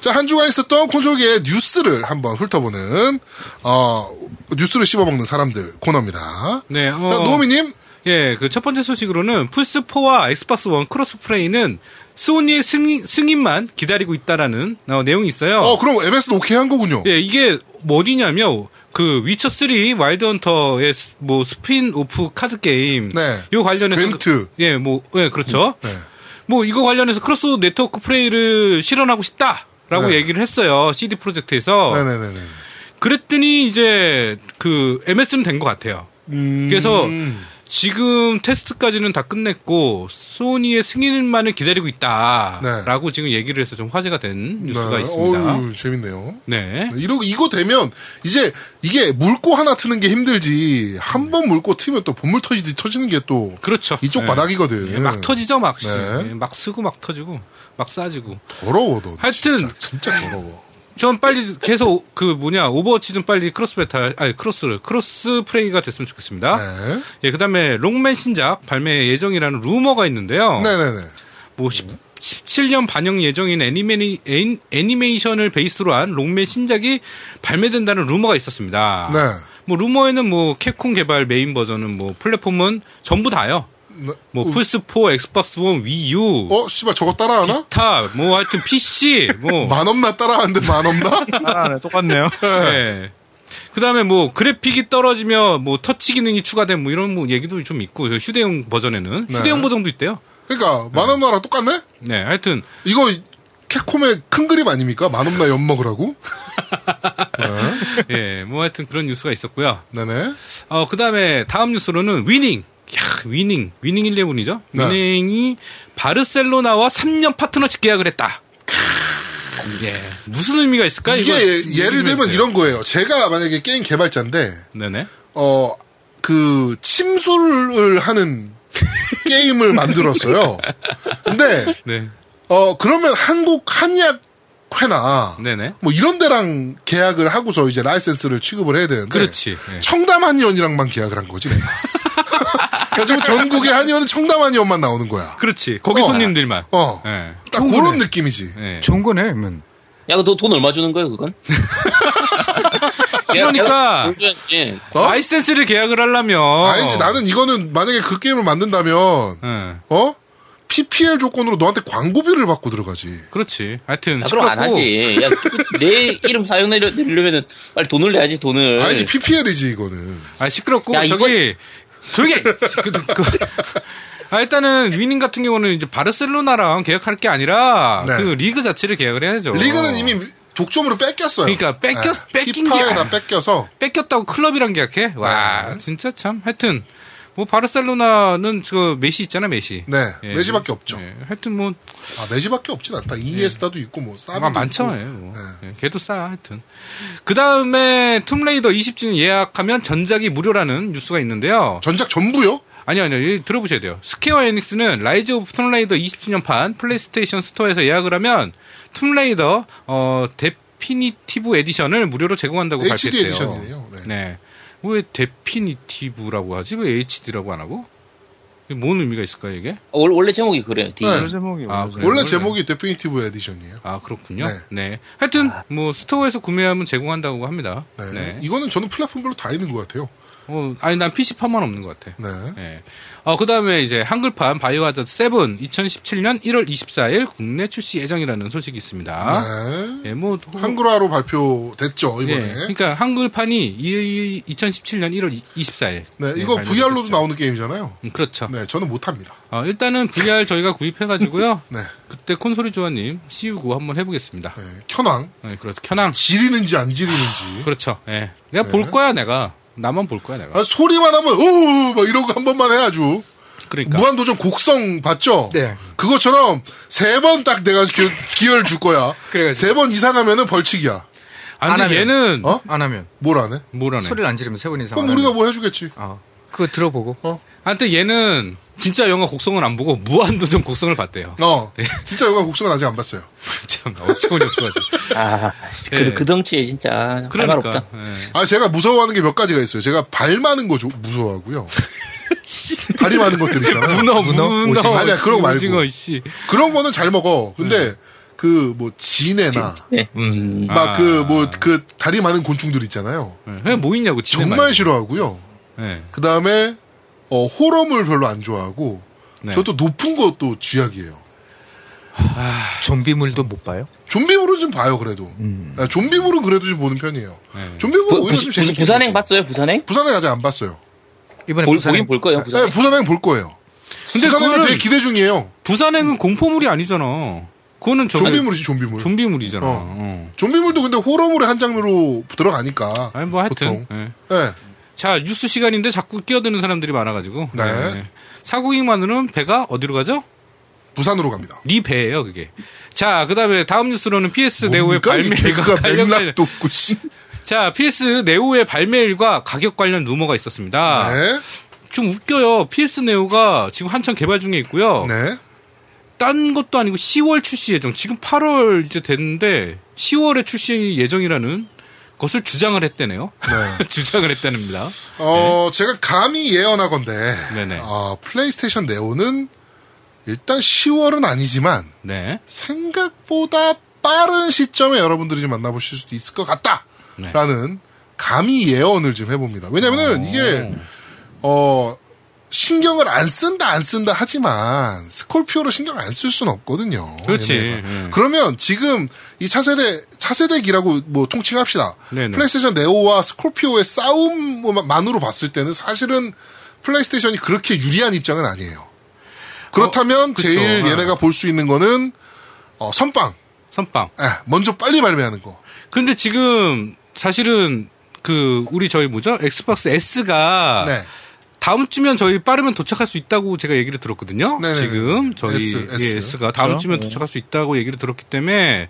자, 한 주간 있었던 콘솔계의 뉴스를 한번 훑어보는, 어, 뉴스를 씹어먹는 사람들 코너입니다. 네. 어, 자, 노미님. 예, 그 첫 번째 소식으로는 플스4와 엑스박스 원 크로스 플레이는 소니의 승인, 승인만 기다리고 있다라는 어, 내용이 있어요. 어, 그럼 MS는 오케이 한 거군요. 예, 이게 뭐 어디냐면 그 위쳐 3 와일드 헌터의 스- 뭐 스피인 오프 카드 게임 네. 요 관련해서 괜트. 그- 예, 뭐 예, 그렇죠. 네. 뭐 이거 관련해서 크로스 네트워크 플레이를 실현하고 싶다라고 네. 얘기를 했어요. CD 프로젝트에서. 네네네네. 그랬더니 이제 그 MS는 된 것 같아요. 음, 그래서 지금 테스트까지는 다 끝냈고 소니의 승인만을 기다리고 있다라고 지금 얘기를 해서 좀 화제가 된 뉴스가 네. 있습니다. 어우, 재밌네요. 네. 이러 이거 되면 이제 이게 물고 하나 트는 게 힘들지 한 번 물고 트면 또 본물 터지듯 터지는 게 또 그렇죠. 이쪽 네. 바닥이거든. 예, 막 터지죠, 막. 씨. 네. 예, 막 쓰고 막 터지고 막 싸지고. 더러워 너. 하여튼. 진짜, 진짜 더러워. 전 빨리 계속 그 뭐냐 오버워치 좀 빨리 크로스 베타 아니 크로스 크로스 플레이가 됐으면 좋겠습니다. 네. 예, 그다음에 롱맨 신작 발매 예정이라는 루머가 있는데요. 네네네. 뭐 17년 반영 예정인 애니메이, 애니- 애니메이션을 베이스로 한 롱맨 신작이 발매된다는 루머가 있었습니다. 네. 뭐 루머에는 뭐 캡콤 개발 메인 버전은 뭐 플랫폼은 전부 다요. 네. 뭐 플스4, 엑스박스 원, 위유, 어 씨발 저거 따라하나? 기타, 뭐 하여튼 PC, 뭐. 만 없나 따라하는데 만 없나? 따라하네 똑같네요. 예. 그 다음에 뭐 그래픽이 떨어지며 뭐 터치 기능이 추가된 뭐 이런 뭐 얘기도 좀 있고 휴대용 버전에는 네. 휴대용 버전도 있대요. 그러니까 만 없나랑 똑같네? 네, 하여튼 이거 캡콤의 큰 그림 아닙니까? 만 없나 엿 먹으라고? 네. 예, 뭐 하여튼 그런 뉴스가 있었고요. 네네. 어, 그 다음에 다음 뉴스로는 위닝. 야, 위닝. 위닝 11이죠? 네. 위닝이 바르셀로나와 3년 파트너십 계약을 했다. 예. 무슨 의미가 있을까? 그러니까 이거 이게 예를 들면 모르겠어요. 이런 거예요. 제가 만약에 게임 개발자인데 네네. 어, 그, 침수를 하는 게임을 만들었어요. 근데, 네. 어, 그러면 한국 한의학회나, 네네. 뭐 이런 데랑 계약을 하고서 이제 라이센스를 취급을 해야 되는데, 그렇지. 예. 청담 한의원이랑만 계약을 한 거지, 내가. 그래가지고 전국의 한의원은 청담 한의원만 나오는 거야. 그렇지. 거기 어. 손님들만. 어. 예. 딱 그런 느낌이지. 예. 좋은 거네, 면 야, 너 돈 얼마 주는 거예요, 그건? 그러니까 예. 어? 라이센스를 계약을 하려면 아니지, 나는 이거는 만약에 그 게임을 만든다면, 예. 어? PPL 조건으로 너한테 광고비를 받고 들어가지. 그렇지. 하여튼 야, 아, 그럼 안 시끄럽고. 하지. 야, 그- 내 이름 사용하려면은 빨리 돈을 내야지, 네. 돈을. 아니지, PPL이지, 이거는. 아 시끄럽고 야, 저기 조용히 해. 그, 그, 아 일단은 위닝 같은 경우는 이제 바르셀로나랑 계약할 게 아니라 네. 그 리그 자체를 계약을 해야죠. 리그는 이미 독점으로 뺏겼어요. 어. 그러니까 뺏겼- 뺏긴 게 피파에다 아니야. 뺏겨서 뺏겼다고 클럽이랑 계약해? 와 네. 진짜 참. 하여튼 뭐 바르셀로나는 저 메시 있잖아 메시. 네 예. 메시밖에 없죠. 예, 하여튼 뭐 아 메시밖에 없진 않다. 이니에스타도 있고 네. 뭐 사비도 아, 많잖아요. 뭐. 예, 걔도 싸 하여튼. 그 다음에 툼레이더 20주년 예약하면 전작이 무료라는 뉴스가 있는데요. 있고. 전작 전부요? 아니요, 아니요. 이 들어보셔야 돼요. 스퀘어 에닉스는 라이즈 오브 툼레이더 20주년판 플레이스테이션 스토어에서 예약을 하면 툼레이더 어 데피니티브 에디션을 무료로 제공한다고 HD 발표했대요. 에디션이네요. 네. 네. 왜 데피니티브라고 하지? 왜 HD라고 안 하고? 이게 뭔 의미가 있을까요, 이게? 어, 원- 원래 제목이 그래요. D. 네. 그 제목이 아, 원래 그래요? 원래 원래. 제목이 데피니티브 에디션이에요. 아, 그렇군요. 네. 네. 하여튼, 뭐, 스토어에서 구매하면 제공한다고 합니다. 네. 네. 이거는 저는 플랫폼별로 다 있는 것 같아요. 어, 아니, 난 PC판만 없는 것 같아. 네. 네. 어, 그 다음에 이제 한글판 바이오하자드 7 2017년 1월 24일 국내 출시 예정이라는 소식이 있습니다. 네. 예, 뭐, 한글화로 발표됐죠, 예, 이번에. 그러니까 한글판이 이, 2017년 1월 24일. 네, 이거 VR로도 예, 발매됐죠. 나오는 게임이잖아요. 음, 그렇죠. 네, 저는 못합니다. 어, 일단은 VR 저희가 구입해가지고요. 네. 그때 콘솔이 조아님 CU9 한번 해보겠습니다. 네, 현황. 네, 그렇죠. 켜낭. 지리는지 안 지리는지. 그렇죠. 예. 내가 볼 거야, 내가. 나만 볼 거야, 내가. 네. 아, 소리만 하면, 오! 막 이러고 한 번만 해 아주. 그러니까. 무한도전 곡성 봤죠? 네. 그것처럼 세 번 딱 내가 기, 기회를 줄 거야. 그래가지고. 세 번 이상 하면은 벌칙이야. 아, 안 근데 하면. 얘는, 어? 안 하면 뭘 안 해? 뭐라네. 소리를 안 지르면 세번 이상. 그럼 아, 안 우리가 하면. 뭘 해주겠지. 어. 그거 들어보고. 하여튼 얘는 진짜 영화 곡성을 안 보고 무한도전 곡성을 봤대요. 어. 네. 진짜 영화 곡성은 아직 안 봤어요. 참, 어처구니 없어가지고. 아, 그, 예. 그 덩치에 진짜 할 말 그러니까. 없다. 예. 아, 제가 무서워하는 게 몇 가지가 있어요. 제가 발 많은 거 조- 무서워하고요. 다리 많은 것들 있잖아요. 문어, 문어, 오징어. 아니야, 그런 거 말고. 오징어, 씨. 그런 거는 잘 먹어. 음. 근데 그 뭐 진해나 네. 음. 막 아. 그 뭐 그 다리 많은 곤충들 있잖아요. 예, 그냥 뭐 있냐고, 진짜. 정말 말고. 싫어하고요. 예. 그 다음에 어, 호러물 별로 안 좋아하고 네. 저도 높은 것도 쥐약이에요. 좀비물도 못 봐요? 좀비물은 좀 봐요 그래도. 아, 좀비물은 그래도 좀 보는 편이에요. 네. 좀비물은 음. 부, 뭐, 오히려 좀 재밌게. 산행 보죠. 봤어요, 부산행? 부산행 아직 안 봤어요. 이번에 볼, 부산에 보긴 볼 거예요, 네, 부산행. 부산행 볼 거예요. 근데 부산행 은 그거는 되게 기대 중이에요. 부산행은 공포물이 아니잖아. 그거는 저 좀비물이지 좀비물. 좀비물이잖아. 어. 어. 좀비물도 근데 호러물의 한 장르로 들어가니까. 아니 뭐 하여튼 보통. 예. 네. 자 뉴스 시간인데 자꾸 끼어드는 사람들이 많아가지고 예. 네. 사고잉만으로는 배가 어디로 가죠? 부산으로 갑니다. 네 배예요 그게. 자 그다음에 다음 뉴스로는 PS 네오의 뭡니까? 이 발매일과 개그가 관련 맥락도 없고 씨. 자 PS 네오의 발매일과 가격 관련 루머가 있었습니다. 네. 좀 웃겨요. PS 네오가 지금 한창 개발 중에 있고요. 네. 딴 것도 아니고 10월 출시 예정. 지금 8월 이제 됐는데 10월에 출시 예정이라는 것을 주장을 했대네요. 네. 주장을 했다입니다. 어, 네. 제가 감히 예언하건데. 네네. 어, 플레이스테이션 네오는 일단 10월은 아니지만 네. 생각보다 빠른 시점에 여러분들이 좀 만나보실 수도 있을 것 같다! 네. 라는 감히 예언을 좀 해봅니다. 왜냐면은 이게, 어, 신경을 안 쓴다, 안 쓴다 하지만 스콜피오를 신경 안 쓸 수는 없거든요. 그렇지. 얘네가. 음. 그러면 지금 이 차세대, 차세대기라고 뭐 통칭합시다. 네네. 플레이스테이션 네오와 스콜피오의 싸움만으로 봤을 때는 사실은 플레이스테이션이 그렇게 유리한 입장은 아니에요. 그렇다면 그쵸. 제일 아. 얘네가 볼 수 있는 거는 어, 선빵. 선빵. 예, 먼저 빨리 발매하는 거. 근데 지금 사실은 그 우리 저희 뭐죠? 엑스박스 S가 네. 다음 주면 저희 빠르면 도착할 수 있다고 제가 얘기를 들었거든요. 네네네. 지금 저희 예, S, S, S. 가 다음 그렇죠? 주면 도착할 수 있다고 얘기를 들었기 때문에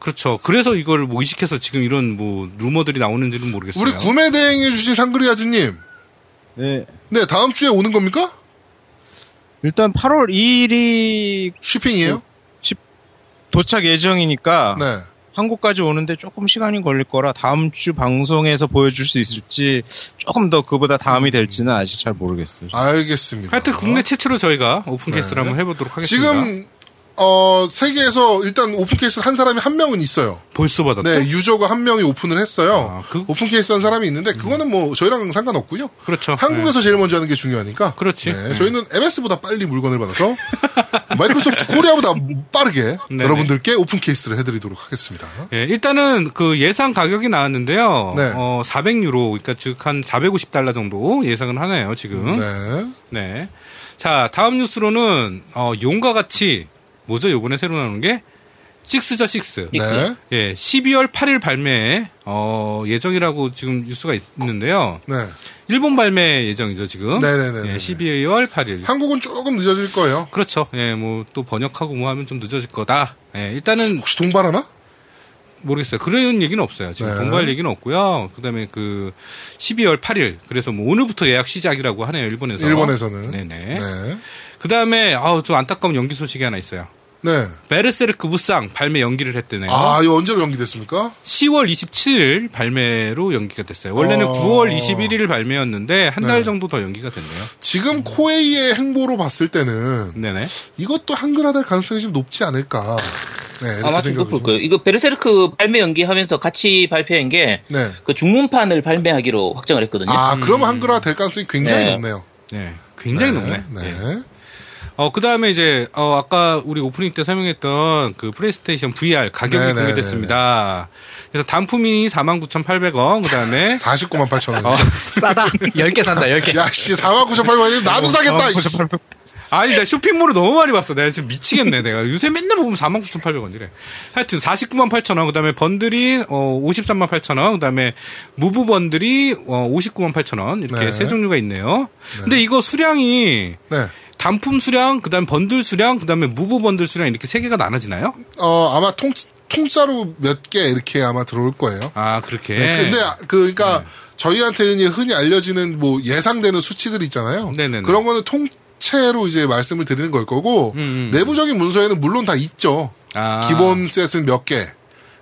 그렇죠. 그래서 이걸 뭐 의식해서 지금 이런 뭐 루머들이 나오는지는 모르겠어요. 우리 구매 대행해 주신 상그리아즈님. 네. 네, 다음 주에 오는 겁니까? 일단 8월 2일이 쇼핑이에요? 어, 도착 아. 예정이니까 네. 한국까지 오는데 조금 시간이 걸릴 거라 다음 주 방송에서 보여줄 수 있을지 조금 더 그보다 다음이 될지는 아직 잘 모르겠어요. 알겠습니다. 어? 하여튼 어. 국내 최초로 저희가 오픈 게스트를 한번 해보도록 하겠습니다. 네. 지금 어, 세계에서 일단 오픈 케이스 한 사람이 한 명은 있어요. 벌써 받았다. 네, 유저가 한 명이 오픈을 했어요. 그렇죠? 아, 그- 오픈 케이스 한 사람이 있는데 그거는 뭐 저희랑 상관없고요. 그렇죠. 한국에서 제일 먼저 하는 게 중요하니까. 그렇지. 네, 네. 저희는 MS보다 빨리 물건을 받아서 마이크로소프트 코리아보다 빠르게 네네. 여러분들께 오픈 케이스를 해드리도록 하겠습니다. 예, 일단은 그 예상 가격이 나왔는데요. 네. 어, 400유로, 그러니까 즉 한 450달러 정도 예상을 하네요, 지금. 네. 네. 자, 다음 뉴스로는 어, 용과 같이 뭐죠? 요번에 새로 나오는 게 식스죠, 식스. 네. 예, 12월 8일 발매 어, 예정이라고 지금 뉴스가 있, 는데요 네. 일본 발매 예정이죠, 지금. 네네네네. 예, 12월 8일. 한국은 조금 늦어질 거예요. 그렇죠. 예, 뭐 또 번역하고 뭐 하면 좀 늦어질 거다. 예, 일단은 혹시 동반하나? 모르겠어요. 그런 얘기는 없어요. 지금 네. 공부할 얘기는 없고요. 그다음에 그 12월 8일 그래서 뭐 오늘부터 예약 시작이라고 하네요. 일본에서. 일본에서는. 네네. 네. 그다음에 아우 좀 안타까운 연기 소식이 하나 있어요. 네. 베르세르크 무쌍 발매 연기를 했대네요. 아, 이거 언제로 연기됐습니까? 10월 27일 발매로 연기가 됐어요. 원래는 어. 9월 21일 발매였는데 한 달 네. 정도 더 연기가 됐네요. 음. 지금 코에이의 행보로 봤을 때는 네네. 이것도 한글화될 가능성이 좀 높지 않을까. 네, 이렇게 아마 좀 생각이 높을 좀- 거예요. 이거 베르세르크 발매 연기하면서 같이 발표한 게 그 네. 중문판을 발매하기로 확정을 했거든요. 아, 그럼 한글화 될 가능성이 굉장히 네. 높네요. 음. 네. 굉장히 네, 높네. 네. 네. 어, 그 다음에 이제, 어, 아까 우리 오프닝 때 설명했던 그 플레이스테이션 VR 가격이 네네네네. 네. 공개됐습니다. 그래서 단품이 49,800원, 그 다음에 49만 8천 어. 원. 싸다. 10개 산다, 10개. 야, 씨, 4만 9천 8백 원이면 나도 어, 사겠다! 이 씨. 아니, 나 쇼핑몰을 너무 많이 봤어. 내가 지금 미치겠네, 내가. 요새 맨날 보면 49,800원이래. 하여튼, 49만 8천원, 그 다음에 번들이, 어, 53만 8천원, 그 다음에 무브 번들이, 어, 59만 8천원. 이렇게 네. 세 종류가 있네요. 근데 이거 수량이, 네. 단품 수량, 그 다음에 번들 수량, 그 다음에 무브 번들 수량 이렇게 세 개가 나눠지나요? 어, 아마 통, 통짜로 몇 개 이렇게 아마 들어올 거예요. 아, 그렇게. 네, 근데, 아, 그, 그니까, 저희한테 이제 흔히 알려지는 뭐 예상되는 수치들 있잖아요. 네네네. 그런 거는 통째로 이제 말씀을 드리는 걸 거고, 음, 음. 내부적인 문서에는 물론 다 있죠. 아. 기본 셋은 몇 개,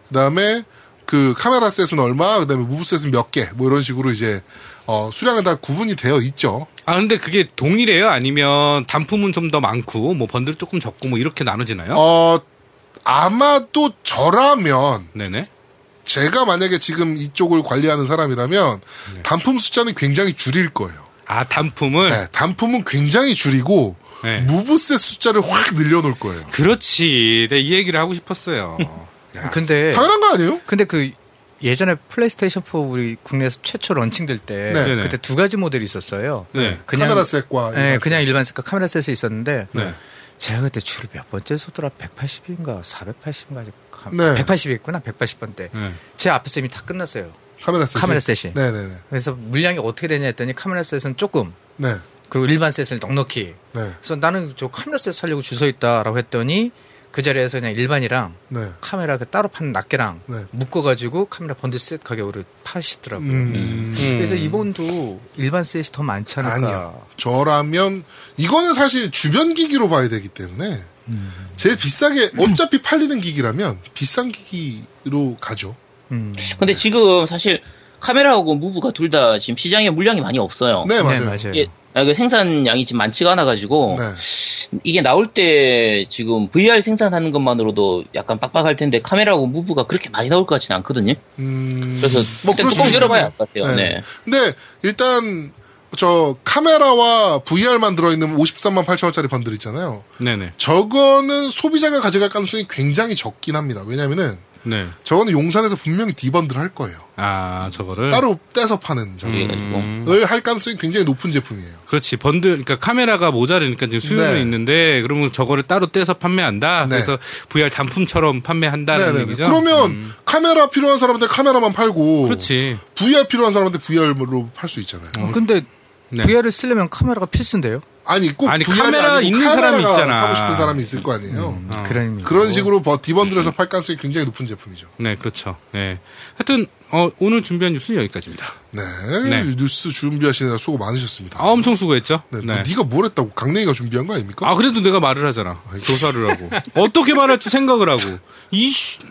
그 다음에 그 카메라 셋은 얼마, 그 다음에 무브 셋은 몇 개, 뭐 이런 식으로 이제, 어, 수량은 다 구분이 되어 있죠. 아 근데 그게 동일해요? 아니면 단품은 좀 더 많고 뭐 번들 조금 적고 뭐 이렇게 나눠지나요? 어, 아마도 저라면, 네네. 제가 만약에 지금 이쪽을 관리하는 사람이라면 단품 숫자는 굉장히 줄일 거예요. 아 단품을 네, 단품은 굉장히 줄이고 네. 무브셋 숫자를 확 늘려놓을 거예요. 그렇지. 내가 이 얘기를 하고 싶었어요. 야. 근데, 당연한 거 아니에요? 근데 그 예전에 플레이스테이션 4 우리 국내에서 최초 런칭될 때 네. 네네. 그때 두 가지 모델이 있었어요. 네. 그냥 카메라 셋과 네, 일반 그냥 셋. 일반 색깔 카메라 셋이 있었는데 네. 제가 그때 줄을 몇 번째 서더라 180인가 480인가 네. 180이 있구나 180번대 네. 제 앞에서 이미 다 끝났어요 카메라 셋. 카메라 셋이. 네네네. 그래서 물량이 어떻게 되냐 했더니 카메라 셋은 조금 네. 그리고 일반 셋을 넉넉히 네. 그래서 나는 저 카메라 셋 살려고 줄 서 있다라고 했더니 그 자리에서 그냥 일반이랑 네. 카메라 그 따로 파는 낱개랑 네. 묶어가지고 카메라 번들 셋 가격으로 파시더라고요 음, 그래서 이번도 일반 셋이 더 많지 않을까 아니요. 저라면 이거는 사실 주변 기기로 봐야 되기 때문에 제일 비싸게 어차피 팔리는 기기라면 비싼 기기로 가죠. 음. 네, 근데 지금 사실 카메라하고 무브가 둘 다 지금 시장에 물량이 많이 없어요. 네 맞아요. 네, 맞아요. 이게, 아, 그 생산량이 지금 많지가 않아가지고 네. 이게 나올 때 지금 VR 생산하는 것만으로도 약간 빡빡할 텐데 카메라하고 무브가 그렇게 많이 나올 것 같지는 않거든요. 음, 그래서 일단 그럴 수도 뚜껑 있겠네요. 열어봐야 할 것 같아요. 네. 근데 일단 저 카메라와 VR만 들어있는 53만 8천 원짜리 번들 있잖아요. 네네. 저거는 소비자가 가져갈 가능성이 굉장히 적긴 합니다. 왜냐면은 네. 저거는 용산에서 분명히 디번들 할 거예요. 아 저거를 따로 떼서 파는 저거를 네. 그래가지고 할 가능성이 굉장히 높은 제품이에요. 그렇지 번들 그러니까 카메라가 모자르니까 지금 수요는 네. 있는데 그러면 저거를 따로 떼서 판매한다. 네. 그래서 VR 단품처럼 판매한다는 네네네. 얘기죠. 음. 그러면 카메라 필요한 사람한테 카메라만 팔고 그렇지. 어. VR 필요한 사람한테 VR로 팔 수 있잖아요. 음. 근데 네. VR을 쓰려면 카메라가 필수인데요 아니 꼭 아니, VR 가 카메라 아니고 있는 사람이 카메라가 있잖아. 음. 사고 싶은 사람이 있을 거 아니에요. 그런 의미 어. 그런 식으로 버- 디번들에서 팔 가능성이 굉장히 높은 제품이죠. 네 그렇죠. 네. 하여튼 어, 오늘 준비한 뉴스는 여기까지입니다. 네, 네. 뉴스 준비하시느라 수고 많으셨습니다. 아 엄청 수고했죠. 네, 뭐 네가 뭘 했다고 강냉이가 준비한 거 아닙니까? 아 그래도 내가 말을 하잖아. 조사를 하고 어떻게 말할지 생각을 하고 이네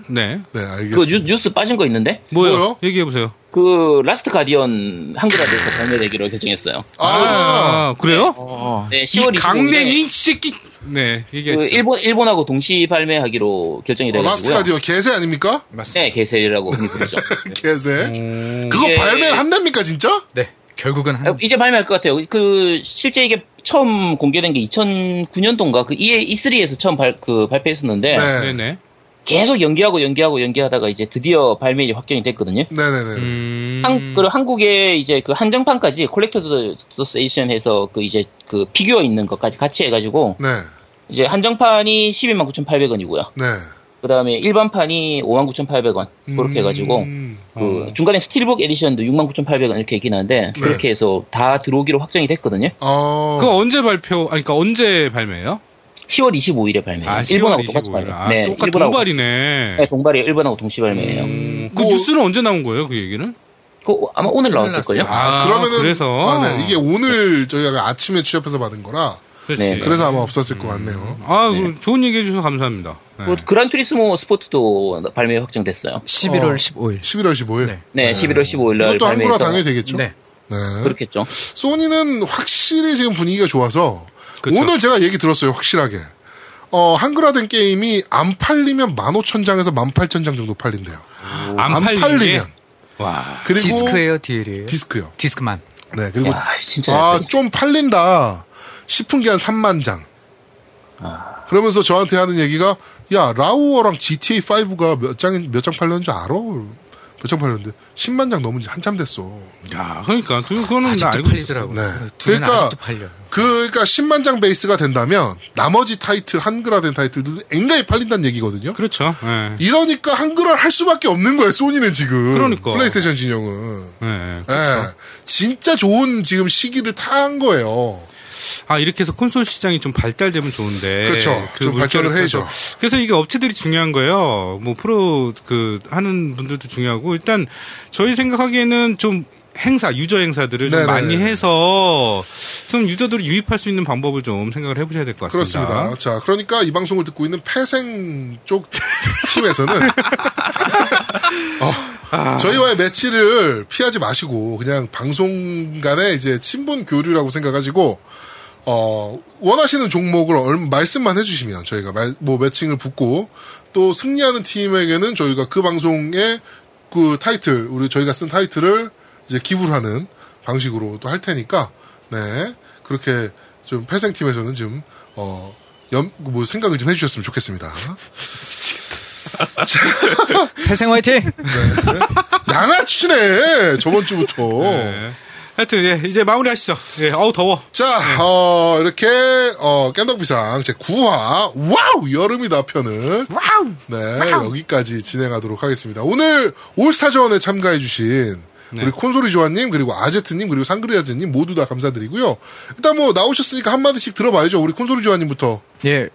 네, 그 알겠습니다. 뉴, 뉴스 빠진 거 있는데 뭐요? 뭐요? 얘기해 보세요. 그 라스트 가디언 한글화돼서 발매되기로 결정했어요. 아, 아, 그래요? 어. 네, 이 10월 25일에 강냉이 이 새끼. 네 그 얘기했어. 일본 일본하고 동시 발매하기로 결정이 어, 라스트 가디언 돼가지고요. 개새 아닙니까? 네, 개세라고 흔히 부르죠. 개새. 그거 이게- 발매한답니까 진짜? 네 결국은 어. 아, 한 이제 발매할 것 같아요. 그 실제 이게 처음 공개된 게 2009년도인가 그 EA E3에서 처음 발, 그 네, 발표했었는데 네, 네네. 계속 연기하고 연기하고 연기하다가 이제 드디어 발매일이 확정이 됐거든요. 네, 네. 음, 한, 그리고 한국에 이제 그 한정판까지 콜렉터드 에이션 해서 그 이제 그 피규어 있는 것까지 같이 해가지고 네, 이제 한정판이 129,800원이고요. 네. 그 다음에 일반판이 59,800원. 그렇게 해가지고 음, 그 어. 중간에 스틸북 에디션도 69,800원 이렇게 있긴 네. 한데 그렇게 해서 다 들어오기로 확정이 됐거든요. 어, 그거 언제 발표? 아니, 그러니까 언제 발매예요? 10월 25일에 발매해요. 아, 10월 네, 일본하고 똑같이 25일. 발매. 아, 똑같 동발이네. 네, 동발이에요. 일본하고 동시 발매예요. 음, 그 뭐- 뉴스는 언제 나온 거예요? 그 얘기는? 그거 아마 오늘 오늘 나왔을걸요? 아, 그러면은 그래서? 아, 네. 이게 오늘 저희가 아침에 취업해서 받은 거라 그렇지. 네. 그래서 아마 없었을 것 같네요. 아, 네. 그 좋은 얘기 해주셔서 감사합니다. 아, 네. 그리고 그란투리스모 스포츠도 발매 확정됐어요. 11월 어. 15일. 11월 15일. 네. 네, 11월 15일 날 이것도 한글화 발매해서 당연히 되겠죠. 네. 네. 그렇겠죠. 소니는 확실히 지금 분위기가 좋아서 그쵸. 오늘 제가 얘기 들었어요. 확실하게. 어, 한글화된 게임이 안 팔리면 15,000장에서 18,000장 정도 팔린대요. 안, 팔리게. 와. 그리고 디스크예요, DL이에요. 디스크요. 디스크만. 네. 뭐 그리고 아, 진짜. 아, 좀 팔린다. 싶은 게 한 3만 장. 그러면서 저한테 하는 얘기가 야, 라우어랑 GTA 5가 몇 장 몇 장 팔렸는지 알아? 몇 장 팔렸는데 10만 장 넘은 지 한참 됐어. 야, 그러니까 그, 그거는 나 아직도 알고 팔리더라고요. 네. 두 개는 그러니까- 아직도 팔려. 그러니까 10만 장 베이스가 된다면 나머지 타이틀 한글화된 타이틀들도 앵간히 팔린다는 얘기거든요. 있어요. 그렇죠. 예. 이러니까 한글화를 할 수밖에 없는 거예요. 소니는 지금 그러니까. 플레이스테이션 진영은 예, 예. 예. 진짜 좋은 지금 시기를 타한 거예요. 아 이렇게 해서 콘솔 시장이 좀 발달되면 좋은데 그렇죠. 좀 발전을 물결을 해야죠. 타서. 그래서 이게 업체들이 중요한 거예요. 뭐 프로 그 하는 분들도 중요하고 일단 저희 생각하기에는 좀 행사 유저 행사들을 좀 네네. 많이 해서 좀 유저들을 유입할 수 있는 방법을 좀 생각을 해보셔야 될 것 같습니다. 그렇습니다. 자, 그러니까 이 방송을 듣고 있는 폐생 쪽 팀에서는 아. 어, 저희와의 매치를 피하지 마시고 그냥 방송 간에 이제 친분 교류라고 생각하시고 어, 원하시는 종목을 얼- 말씀만 해주시면 저희가 말- 뭐 매칭을 붙고 또 승리하는 팀에게는 저희가 그 방송의 그 타이틀 우리 저희가 쓴 타이틀을 이제 기부를 하는 방식으로 또 할 테니까 네 그렇게 좀 폐생팀에서는 좀 어. 염, 뭐, 생각을 좀 해주셨으면 좋겠습니다. 태생 화이팅! 양아치네! 저번 주부터. 예. 하여튼 예, 이제 마무리하시죠. 예, 어우 더워. 자, 어, 이렇게, 어, 깸덕비상 제 9화, 와우! 여름이다 편을. 와우. 네, 여기까지 진행하도록 하겠습니다. 오늘 올스타전에 참가해주신 네. 우리 콘솔이 조아님, 그리고 아제트님, 그리고 상그리아즈님 모두 다 감사드리고요. 일단 뭐 나오셨으니까 한마디씩 들어봐야죠. 우리 콘솔이 조아님부터. 예,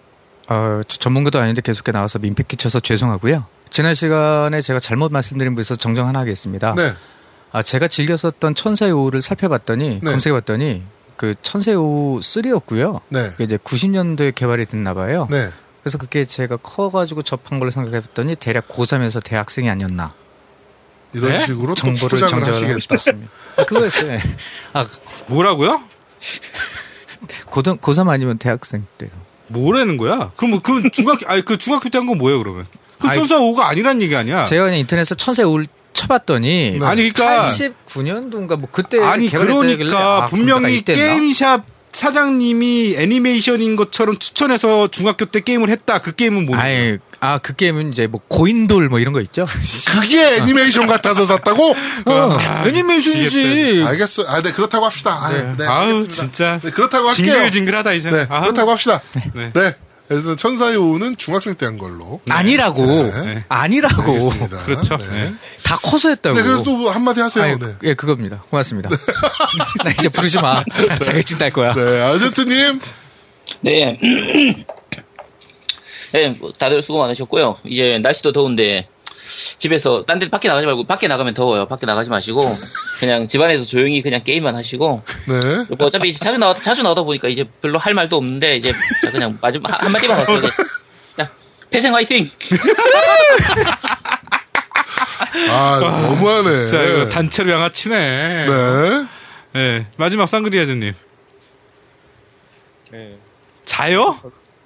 어, 저 전문가도 아닌데 계속해 나와서 민폐 끼쳐서 죄송하고요. 지난 시간에 제가 잘못 말씀드린 부에서 정정 하나 하겠습니다. 네. 아, 제가 즐겼었던 천사의 오후를 살펴봤더니 네. 검색해봤더니 그 천사의 오후 3였고요. 네. 그게 이제 90년도에 개발이 됐나 봐요. 네. 그래서 그게 제가 커가지고 접한 걸로 생각해봤더니 대략 고3에서 대학생이 아니었나 이런 네? 식으로 또 정보를 포장을 정정을 하고 하시겠다. 싶었습니다. 아, 그거였어요. 아, 뭐라고요? 고등, 고3 아니면 대학생 때요. 뭐라는 거야? 그럼 뭐, 그 중학교 아니 그 중학교 때 한 건 뭐예요 그러면? 그 아이, 천사 오가 아니란 얘기 아니야? 제가 그냥 인터넷에서 천사의 오후를 쳐봤더니 아니 그러니까 89년도인가 뭐 그때 아니 개발했다길래 그러니까 아, 분명히 그러니까 이때였나? 게임샵 사장님이 애니메이션인 것처럼 추천해서 중학교 때 게임을 했다. 그 게임은 뭐냐? 아니 아 그 게임은 이제 뭐 고인돌 뭐 이런 거 있죠 아. 그게 애니메이션 같아서 샀다고? 어, 애니메이션이지 알겠어. 아, 네, 그렇다고 합시다. 아, 네, 예. 아우, 알겠습니다. 진짜. 네, 그렇다고 할게요. 징글징글하다 이제. 네, 아우. 그렇다고 합시다. 네. 네. 그래서 천사의 오는 중학생 때 한 걸로. 아니라고 네. 아니라고 알겠습니다. 그렇죠. 네. 네. 다 커서 했다고 네, 그래서 또 한마디 하세요. 아니, 네. 예 그겁니다 고맙습니다 나 이제 부르지 마 자격증 딸 그- 거야 네, 아제트님. 네. 네, 뭐 다들 수고 많으셨고요. 이제 날씨도 더운데 집에서 딴 데 밖에 나가지 말고 밖에 나가면 더워요. 밖에 나가지 마시고 그냥 집안에서 조용히 그냥 게임만 하시고 네. 그리고 어차피 이제 자주 나와 자주 나오다 보니까 이제 별로 할 말도 없는데 이제 자, 그냥 마지막 한- 한마디만 할게요. 자, 폐생 화이팅. 아, 너무하네. 자 이거 단체로 양아치네. 네. 네. 마지막 쌍그리아즈님 네. 자요?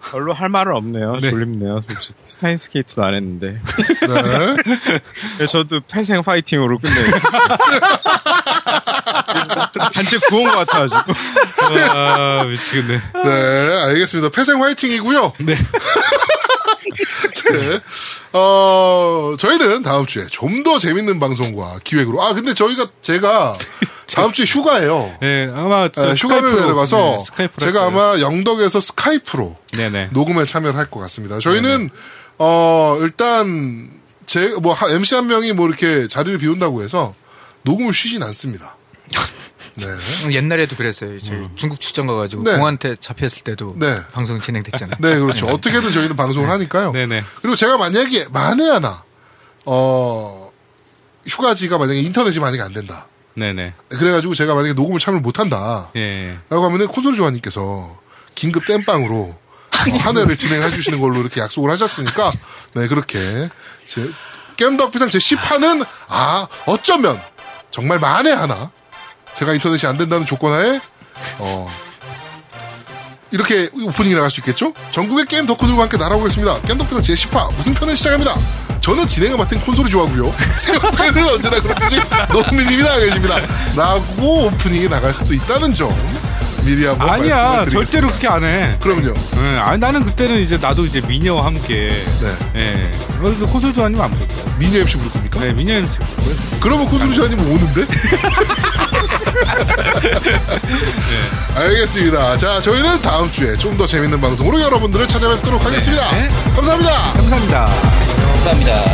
별로 할 말은 없네요. 네. 졸립네요. 솔직히 스타인스케이트도 안 했는데. 네. 네, 저도 폐생 파이팅으로 끝내요. 단체 구운 것 같아가지고. 아 미치겠네. 네, 알겠습니다. 폐생 화이팅이고요. 네. 어, 저희는 다음 주에 좀 더 재밌는 방송과 기획으로. 아, 근데 저희가, 제가 다음 주에 휴가예요. 네 아마 네, 휴가를 내려가서 네, 스카이프로 제가 할 거예요. 아마 영덕에서 스카이프로 네네 네, 녹음에 참여를 할 것 같습니다. 저희는 어 일단 제 뭐 MC 한 명이 뭐 이렇게 자리를 비운다고 해서 녹음을 쉬진 않습니다. 네. 음, 옛날에도 그랬어요 저희 중국 출장 가가지고 음. 네. 공한테 잡혔을 때도 네. 방송 진행됐잖아요 네, 그렇죠. 어떻게든 저희는 방송을 하니까요. 네네 그리고 제가 만약에 만에 하나 어 휴가지가 만약에 인터넷이 만약에 안 된다. 네네 그래가지고 제가 만약에 녹음을 참여를 못한다. 예. 라고 하면은 콘솔 조아님께서 긴급 땜빵으로 어, 한 해를 진행해 주시는 걸로 이렇게 약속을 하셨으니까 네 그렇게 제 겜덕비상 제 10화는 아 어쩌면 정말 만에 하나 제가 인터넷이 안 된다는 조건하에 어 이렇게 오프닝이 나갈 수 있겠죠? 전국의 게임 덕후들과 함께 날아오겠습니다. 게임 덕후는 제10화 무슨 편을 시작합니다. 저는 진행을 맡은 콘솔이 좋아하고요. 새우팬은 언제나 그렇듯이 노미님이 나와 계십니다. 라고 오프닝이 나갈 수도 있다는 점 미리 뭐 한번 아니야 말씀을 드리겠습니다. 절대로 그렇게 안해 그럼요. 예, 아니 나는 그때는 이제 나도 이제 미녀와 함께 네. 예 그래서 콘솔 좋아하면 안 부를까요 미녀 MC 부를 겁니까? 네 미녀는 지금 그러면 콘솔이 좋아하면 오는데? 알겠습니다. 자, 저희는 다음 주에 좀 더 재밌는 방송으로 여러분들을 찾아뵙도록 하겠습니다. 네. 감사합니다. 감사합니다. 감사합니다.